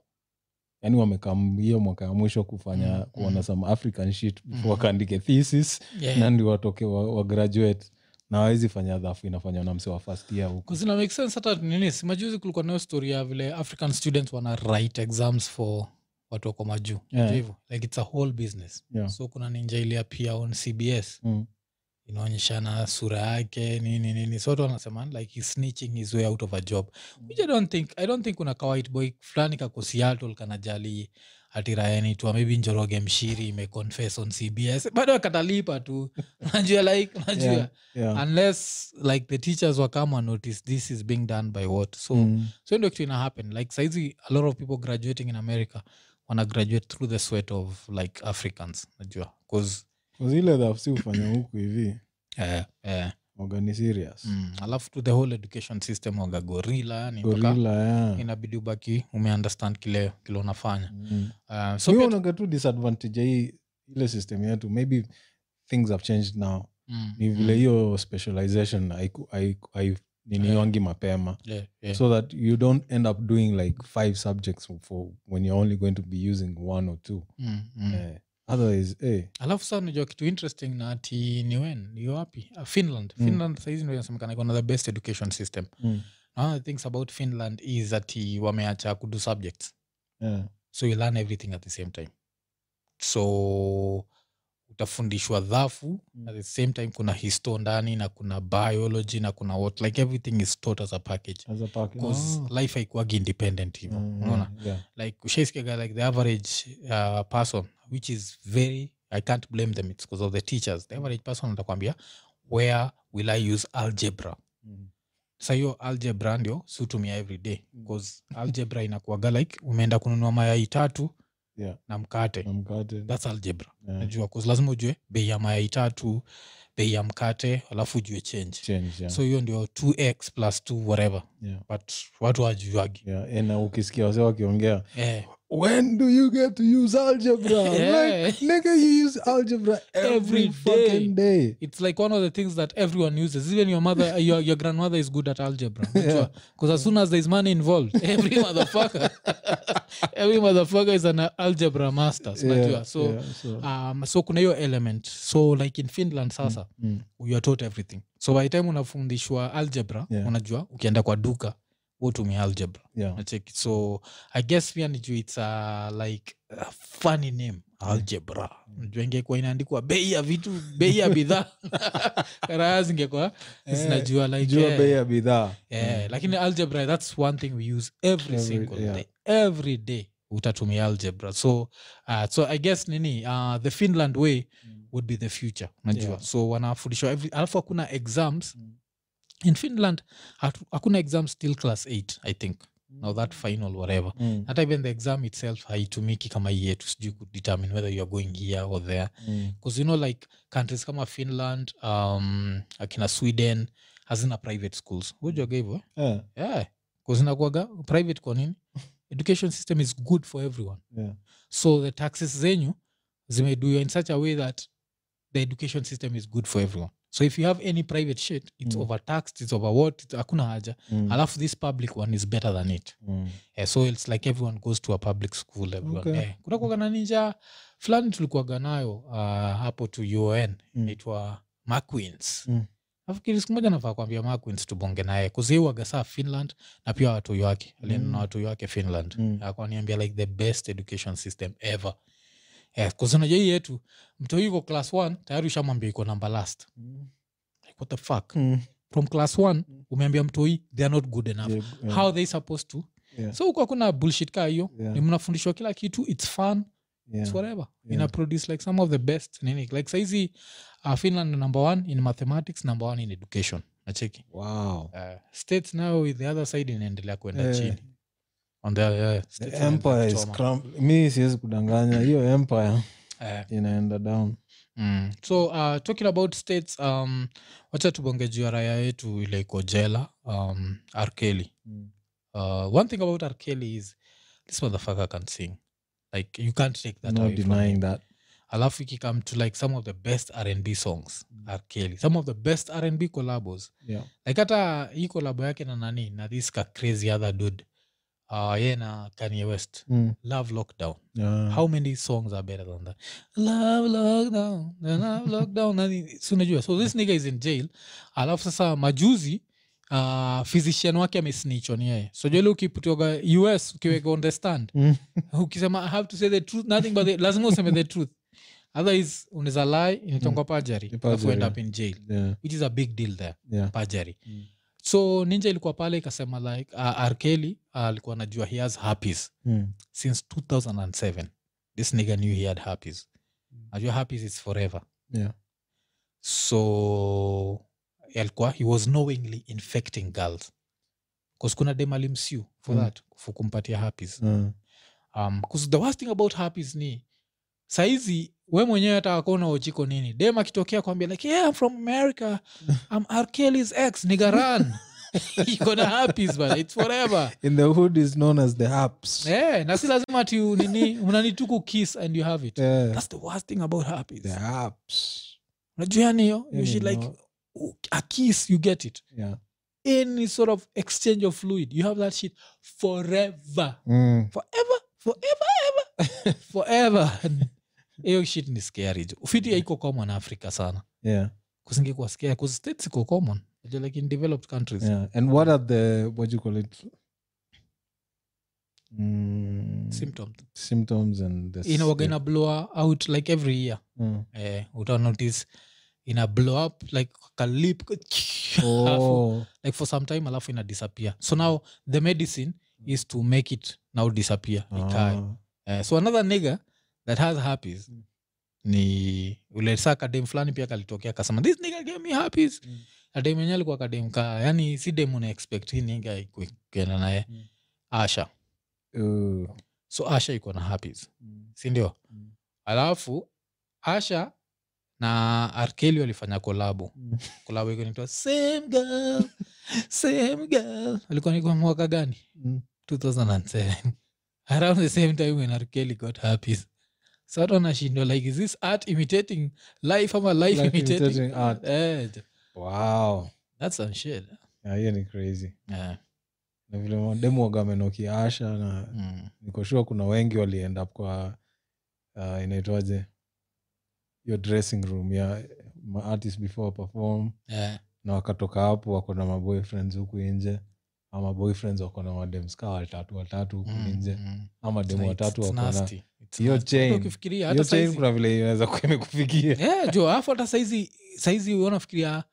Speaker 2: yani wamekaa hiyo mwaka ya mwisho kufanya
Speaker 1: Mm,
Speaker 2: kuona
Speaker 1: mm.
Speaker 2: some african shit before
Speaker 1: Mhm.
Speaker 2: wakaandike thesis
Speaker 1: eh.
Speaker 2: na Yaani ndio watoke wa, wa graduate na wawezi fanya dhafu inafanywa na mse wa first year huko
Speaker 1: Cause ina make sense hata nini simajuzi kulikuwa nayo story ya vile african students wana write exams for watu wako majuu
Speaker 2: Yeah.
Speaker 1: hivyo like it's a whole business
Speaker 2: Yeah.
Speaker 1: so kuna ninja iliapia on cbs
Speaker 2: Mm.
Speaker 1: inaonyeshana sura yake nini nini so watu wanasema like he's snitching his way out of a job which i don't think i don't think kuna kawait boy fulani kako seattle kanajali atiraeni tu maybe njoroge mshiri imeconfess on cbs bado akatalipa tu unajua like unajua
Speaker 2: Yeah, yeah.
Speaker 1: unless like the teachers were come and notice this is being done by what so mm.
Speaker 2: Mm.
Speaker 1: so ndio kitu ina happen like saizi a lot of people graduating in america wana graduate through the sweat of like africans najua bcause
Speaker 2: zile dhafu si hufanya huku hivi
Speaker 1: eh, eh,
Speaker 2: Wagani serious.
Speaker 1: mm, alafu to the whole education system waga gorila ni mpaka
Speaker 2: Gorilla, yeah.
Speaker 1: inabidi ubaki umeunderstand kile kile unafanya
Speaker 2: Mm.
Speaker 1: uh, so
Speaker 2: Mi
Speaker 1: pia-
Speaker 2: unaga tu disadvantage ya hii ile system yetu maybe things have changed now
Speaker 1: mm,
Speaker 2: ni vile hiyo specialization haiku- haiku- hai-
Speaker 1: Eh.
Speaker 2: niniwangi mapema
Speaker 1: yeah, yeah.
Speaker 2: so that you don't end up doing like five subjects for when you're only going to be using one or two
Speaker 1: mm, mm.
Speaker 2: Eh, otherwise eh,
Speaker 1: alafu saa unajua kitu interesting na ati ni wen ni wapi Ah, finland
Speaker 2: Mm.
Speaker 1: finland sahizi ndio inasemekana iko na the best education system
Speaker 2: mm,
Speaker 1: one of Ah, the things about finland is ati wameacha kudo subjects
Speaker 2: yeah,
Speaker 1: so you learn everything at the same time so utafundishwa dhafu
Speaker 2: Mm.
Speaker 1: at the same time kuna histo ndani na kuna biology na kuna what like everything is taught as a package
Speaker 2: as a package.
Speaker 1: bcause
Speaker 2: Oh.
Speaker 1: life haikuagi independent hivo
Speaker 2: Mm,
Speaker 1: unaona
Speaker 2: yeah.
Speaker 1: like ushaisikiaga like the average uh, person which is very i can't blame them its because of the teachers the average person atakwambia where will i use algebra
Speaker 2: Mm.
Speaker 1: sa hiyo algebra ndio siutumia every day bcause algebra inakuaga like umeenda kununua mayai tatu
Speaker 2: Yeah.
Speaker 1: na mkate
Speaker 2: na mkate
Speaker 1: thats algebra
Speaker 2: Yeah.
Speaker 1: najua 'cause lazima ujue bei ya mayai tatu bei ya mkate alafu ujue change
Speaker 2: Change, yeah.
Speaker 1: so hiyo ndio 2x plus 2 whatever
Speaker 2: Yeah.
Speaker 1: but watu wajuagi
Speaker 2: Yeah, eh, na ukisikia wase wakiongea
Speaker 1: eh.
Speaker 2: when do you get to use algebra
Speaker 1: Yeah.
Speaker 2: like, nigga, you use algebra every,
Speaker 1: Every day.
Speaker 2: fucking day
Speaker 1: it's like one of the things that everyone uses even your mother your, your grandmother is good at algebra because as soon as there's money involved every motherfucker every motherfucker is an algebra master
Speaker 2: Yeah,
Speaker 1: yeah, so
Speaker 2: yeah, so- ah,
Speaker 1: Um, so kuna hiyo element so like in finland sasa
Speaker 2: Mm.
Speaker 1: you are taught everything so by the time unafundishwa algebra
Speaker 2: Yeah. Mm.
Speaker 1: unajua ukienda kwa duka wotumia algebra
Speaker 2: Yeah.
Speaker 1: nacheki so i guess pia niju its a, like a funny name algebra najua ingekuwa inaandikwa bei ya vitu bei ya bidhaa karaha zingekuwa
Speaker 2: Eh,
Speaker 1: zinajua like
Speaker 2: jua
Speaker 1: eh,
Speaker 2: bei ya bidhaa
Speaker 1: eh, lakini algebra that's one thing we use every,
Speaker 2: Every-
Speaker 1: single
Speaker 2: yeah.
Speaker 1: day every day utatumia algebra so uh, so i guess nini uh, the finland way
Speaker 2: Mm.
Speaker 1: would be the future unajua
Speaker 2: Yeah.
Speaker 1: so wanafundishwa every- alafu hakuna exams
Speaker 2: Mm.
Speaker 1: in finland hatu- hakuna exams till class 8 i think now that final whatever
Speaker 2: Mm,
Speaker 1: hata even the exam itself haitumiki kama hii yetu sijui kudetermine whether you are going here or there
Speaker 2: mm,
Speaker 1: because you know like countries kama finland um, akina sweden hazina private schools hujaga hivo
Speaker 2: eh,
Speaker 1: yeah. 'Cause inakuwaga private kwa nini education system is good for everyone
Speaker 2: Yeah.
Speaker 1: so the taxes zenyu zimeduiwa in such a way that the education system is good for everyone so if you have any private shit it's
Speaker 2: Mm.
Speaker 1: overtaxed it's overwhat it's- hakuna haja
Speaker 2: mm,
Speaker 1: alafu this public one is better than it
Speaker 2: mm.
Speaker 1: Eh, so it's like everyone goes to a public school everyone
Speaker 2: Okay.
Speaker 1: eh, kunakuwaga na ninja fulani tulikuwaga nayo uh, hapo tu un
Speaker 2: Mm.
Speaker 1: inaitwa maquins
Speaker 2: Mm.
Speaker 1: nafikiri siku moja nafaa kuambia maquins tubonge naye kuziwaga saa finland na pia watu wake
Speaker 2: Mm.
Speaker 1: alienana watu wake finland
Speaker 2: Mm.
Speaker 1: akaniambia like the best education system ever eh, 'cause unajua hii yetu mtoi yuko class 1 tayari ushamwambia iko number last like, what the fuck
Speaker 2: Mm.
Speaker 1: from class 1
Speaker 2: Mm.
Speaker 1: umeambia mtoi they are not good enough
Speaker 2: Yeah, yeah.
Speaker 1: how they supposed to
Speaker 2: Yeah.
Speaker 1: so huko hakuna bullshit kaa hiyo
Speaker 2: Yeah.
Speaker 1: ni mnafundishwa kila kitu its fun
Speaker 2: Yeah.
Speaker 1: its whatever
Speaker 2: Yeah.
Speaker 1: ina produce like some of the best nini like saizi uh, finland ni number one in mathematics number one in education nacheki
Speaker 2: Wow.
Speaker 1: uh, states nayo with the other side inaendelea kuenda
Speaker 2: Eh.
Speaker 1: chini on the, uh,
Speaker 2: The empire is crumb- mi siwezi kudanganya hiyo empire inaenda down
Speaker 1: Eh, Mm. so uh, talking about states um, wacha tubonge juu ya raya yetu ile iko jela um, arkeli
Speaker 2: Mm.
Speaker 1: uh, one thing about arkeli is this motherfucker can sing like you can't take that
Speaker 2: no
Speaker 1: away from him.
Speaker 2: denying that
Speaker 1: alafu ikikam to like some of the best rnb songs
Speaker 2: Mm.
Speaker 1: arkeli some of the best rnb collabos
Speaker 2: yeah.
Speaker 1: like hata hii collabo yake na nani na this ka crazy other dude uh, ye na kanye west
Speaker 2: Mm.
Speaker 1: love lockdown
Speaker 2: Yeah.
Speaker 1: how many songs are better than that love lockdown na love lockdown nani si unajua so this nigga is in jail alafu sasa majuzi uh, physician wake amesnichwa ni yeye so jele ukiputioga us ukiweka on the stand
Speaker 2: Mm.
Speaker 1: ukisema i have to say the truth nothing but the, lazima useme the truth otherwise unaweza lie inatongwa pajari alafu
Speaker 2: Mm. Perjury.
Speaker 1: end up in jail
Speaker 2: Yeah.
Speaker 1: which is a big deal there
Speaker 2: Yeah.
Speaker 1: pajari
Speaker 2: Mm.
Speaker 1: so ninja ilikuwa pale ikasema like uh, arkeli uh, alikuwa anajua he has herpes
Speaker 2: Mm.
Speaker 1: since 2007 this nigga knew he had herpes najua herpes is forever
Speaker 2: Mm. Yeah.
Speaker 1: so alikuwa he was knowingly infecting girls bcause kuna dem alimsiu for
Speaker 2: Mm.
Speaker 1: that for kumpatia herpes
Speaker 2: Uh,
Speaker 1: um, 'cause the worst thing about herpes ni saizi we mwenyewe hata wakona ochiko nini dem akitokea kwambia like yeah I'm from america I'm R. Kelly's ex nigaran ikona herpes bana it's forever
Speaker 2: in the hood is known as the haps
Speaker 1: Eh, na si lazima ti nini unanituku kiss and you have it
Speaker 2: Yeah.
Speaker 1: that's the worst thing about herpes
Speaker 2: the haps
Speaker 1: unajua yani hiyo you
Speaker 2: Yani
Speaker 1: should like
Speaker 2: no-
Speaker 1: u- a kiss you get it
Speaker 2: yeah.
Speaker 1: any sort of exchange of fluid you have that shit forever
Speaker 2: Mm.
Speaker 1: forever forever ever forever hiyo shit ni scary jo ufiti haiko common africa sana
Speaker 2: Yeah.
Speaker 1: kusingekuwa scary cause states iko common Unajua like in developed countries
Speaker 2: Yeah. And what are the what do you call it? Mm,
Speaker 1: symptoms
Speaker 2: symptoms and the
Speaker 1: inawaga
Speaker 2: state.
Speaker 1: ina blow out like every year
Speaker 2: Mm.
Speaker 1: eh, uta notice ina blow up like kalip
Speaker 2: Oh.
Speaker 1: like for some time alafu ina disappear so now the medicine is to make it now disappear ikae
Speaker 2: Ah.
Speaker 1: Eh, so another nigger that has herpes
Speaker 2: Mm.
Speaker 1: ni ule saa kadem fulani pia kalitokea kasema this nigga gave me herpes."
Speaker 2: Mm.
Speaker 1: Na dem yenyewe alikuwa kadem ka yani si dem una expect hii nigga ikue- kuenda naye
Speaker 2: Mm.
Speaker 1: asha
Speaker 2: Oh.
Speaker 1: so asha iko na herpes sindio
Speaker 2: Mm.
Speaker 1: alafu asha na arkeli walifanya kolabu
Speaker 2: Mm.
Speaker 1: kolabu iko inaitwa same girl same girl alikuwa ni kwa mwaka gani
Speaker 2: Mm.
Speaker 1: 2007 around the same time when arkeli got herpes so watu wanashindwa like is this art imitating life ama life,
Speaker 2: Life
Speaker 1: imitating,
Speaker 2: imitating art.
Speaker 1: Eh,
Speaker 2: wow
Speaker 1: that's some shit
Speaker 2: Yeah, hiyo ni crazy
Speaker 1: yeah.
Speaker 2: na vile mademu waga amenokia asha na
Speaker 1: mm.
Speaker 2: niko sure kuna wengi walienda kwa uh, inaitwaje hiyo dressing room ya ma- artist before perform
Speaker 1: yeah.
Speaker 2: na wakatoka hapo wako na maboyfriends huku nje ama boyfriends wako na madems ka watatu watatu huku
Speaker 1: mm,
Speaker 2: nje
Speaker 1: mm.
Speaker 2: ama
Speaker 1: It's
Speaker 2: demu
Speaker 1: like-
Speaker 2: watatu
Speaker 1: it's
Speaker 2: wako na
Speaker 1: nasty. It's
Speaker 2: hiyo
Speaker 1: nasty. Hata
Speaker 2: chain-
Speaker 1: ukifikiria, hata
Speaker 2: hiyo chain
Speaker 1: saizi-
Speaker 2: kuna vile inaweza kuwa imekufikia
Speaker 1: yeah, jo alafu hata saizi saizi unafikiria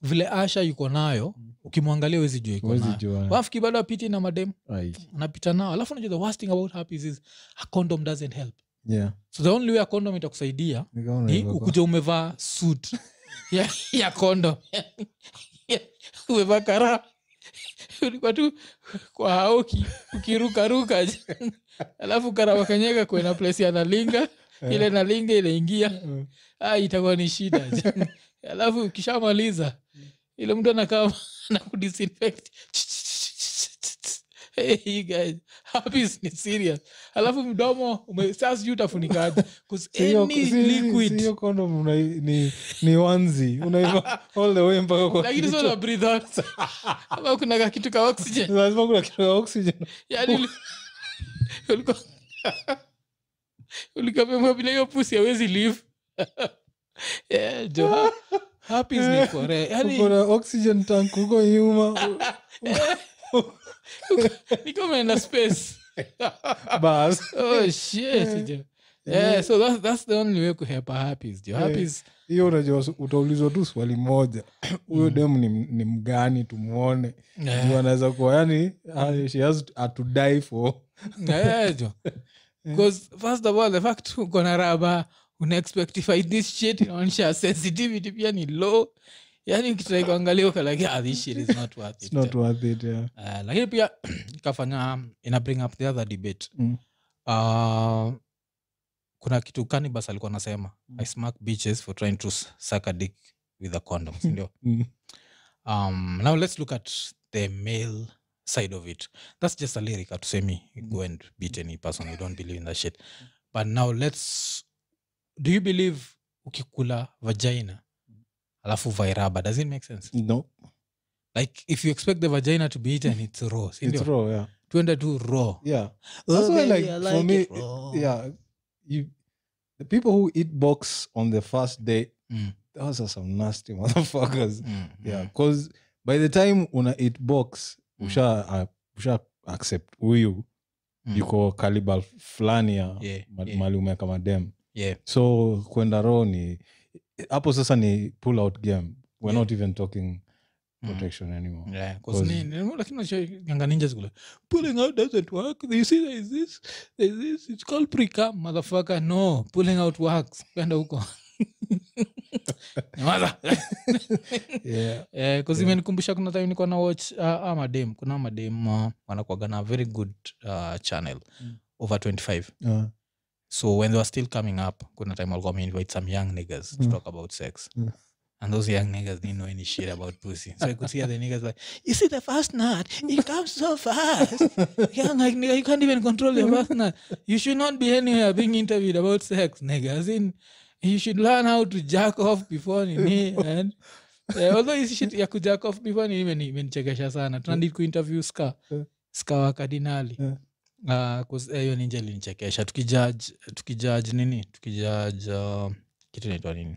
Speaker 1: vile asha yuko nayo
Speaker 2: Mm.
Speaker 1: ukimwangalia wezi jua iko
Speaker 2: huwezi
Speaker 1: nayo
Speaker 2: jua
Speaker 1: wafiki bado apiti na madem
Speaker 2: Ai,
Speaker 1: anapita nao alafu unajua the worst thing about herpes is a condom doesn't help
Speaker 2: yeah.
Speaker 1: so the only way a condom itakusaidia
Speaker 2: Nikaona
Speaker 1: ni
Speaker 2: hivyo kwa-
Speaker 1: ukuja umevaa suit ya, ya condom umevaa karaa ulikuwa tu kwa haoki ukirukaruka alafu karaa wakanyega kwena place analinga
Speaker 2: Eh,
Speaker 1: ile nalinga inaingia
Speaker 2: eh,
Speaker 1: ah, itakuwa ni shida alafu ukishamaliza
Speaker 2: Hmm.
Speaker 1: ile mtu anakaa na kudisinfect Hey, you guys, herpes ni serious alafu mdomo ume- saa sijui utafunikaje 'Cause
Speaker 2: si hiyo-
Speaker 1: any
Speaker 2: si- si- si
Speaker 1: liquid
Speaker 2: hiyo condom una- ni- ni wanzi unaiva all the way mpaka kwa
Speaker 1: lakini
Speaker 2: kichwa.
Speaker 1: sio na breathe out ama kuna kakitu ka oxygen
Speaker 2: lazima kuna kitu ya oxygen
Speaker 1: yani uli- Yaani ulikuwa ulikapemwa bila hiyo pusi awezi live yeah, jo ha- herpes ni kore yani
Speaker 2: uko na oxygen tank huko nyuma
Speaker 1: nikomeenda space
Speaker 2: bas
Speaker 1: oh
Speaker 2: Eh.
Speaker 1: shit jo yeah, so that's, that's the only way kuhepa herpes jo
Speaker 2: Yeah.
Speaker 1: herpes
Speaker 2: hiyo unajua s- utaulizwa tu swali moja huyo
Speaker 1: Mm.
Speaker 2: demu ni, ni mgani tumwone
Speaker 1: eh,
Speaker 2: Juu anaweza kuwa yani ah, she has to- to die for
Speaker 1: eh, jo because first of all the fact uko na raba unaexpectify this shit inaonyesha sensitivity pia ni low yani ukitrai kuangalia ukalaki ah, this shit is not worth
Speaker 2: it's
Speaker 1: it
Speaker 2: not worth it yeah.
Speaker 1: Eh, lakini pia ikafanya ina bring up the other debate
Speaker 2: Mm.
Speaker 1: Ah, kuna kitu kanibas alikuwa anasema
Speaker 2: Mm.
Speaker 1: i smack bitches for trying to s- suck a dick with a condom sindio
Speaker 2: Mm.
Speaker 1: um, now let's look at the male side of it that's just a lyric atusemi
Speaker 2: Mm.
Speaker 1: go and beat any person you don't believe in that shit but now let's do you believe ukikula vagina
Speaker 2: Mm.
Speaker 1: alafu vairaba does it make sense
Speaker 2: no
Speaker 1: like if you expect the vagina to be eaten it's raw
Speaker 2: it's
Speaker 1: sindio
Speaker 2: raw yeah
Speaker 1: tuende tu raw
Speaker 2: yeah that's why like for me
Speaker 1: it
Speaker 2: it- yeah you the people who eat box on the first day
Speaker 1: Mm.
Speaker 2: those are some nasty motherfuckers
Speaker 1: Mm,
Speaker 2: yeah
Speaker 1: mm,
Speaker 2: because by the time una eat box
Speaker 1: Mm.
Speaker 2: usha uh, usha accept huyu
Speaker 1: mm.
Speaker 2: yuko kaliba fulani ya
Speaker 1: Yeah,
Speaker 2: ma-
Speaker 1: yeah.
Speaker 2: mali umeweka madem
Speaker 1: Yeah.
Speaker 2: so kwenda ro ni hapo sasa ni pull out game
Speaker 1: Yeah.
Speaker 2: we're not even talking
Speaker 1: Mm.
Speaker 2: protection anymore
Speaker 1: Yeah, 'cause ni-
Speaker 2: Cause-
Speaker 1: ni- lakini unajua Younger Ninjas kule, pulling out doesn't work you see there is this there is this it's called precam motherfucker no pulling out works kwenda huko Nyamaza.
Speaker 2: yeah.
Speaker 1: Eh, 'cause
Speaker 2: Yeah.
Speaker 1: imenikumbusha kuna time nilikuwa na watch uh, ah, madem kuna madem uh, wanakuwaga na very good uh, channel
Speaker 2: Mm.
Speaker 1: over 25
Speaker 2: Uh,
Speaker 1: so when they were still coming up kuna time walikuwa wameinvite some young niggas to
Speaker 2: Mm.
Speaker 1: talk about sex
Speaker 2: Mm.
Speaker 1: and those young niggas didn't know any shit about pussy so i could hear the niggas like you see the first nut it comes so fast yeah I'm like nigga you can't even control your first nut you should not be anywhere being interviewed about sex nigga as in you should learn how to jack off before nini and yeah, although his shit ya kujack off before nini imeni- imenichekesha sana tunadid kuinterview ska
Speaker 2: Mm.
Speaker 1: ska wa kardinali
Speaker 2: Mm.
Speaker 1: Ah, 'cause hiyo ninja ilinichekesha tukijaj tukijaj nini tukijaj uh, kitu inaitwa nini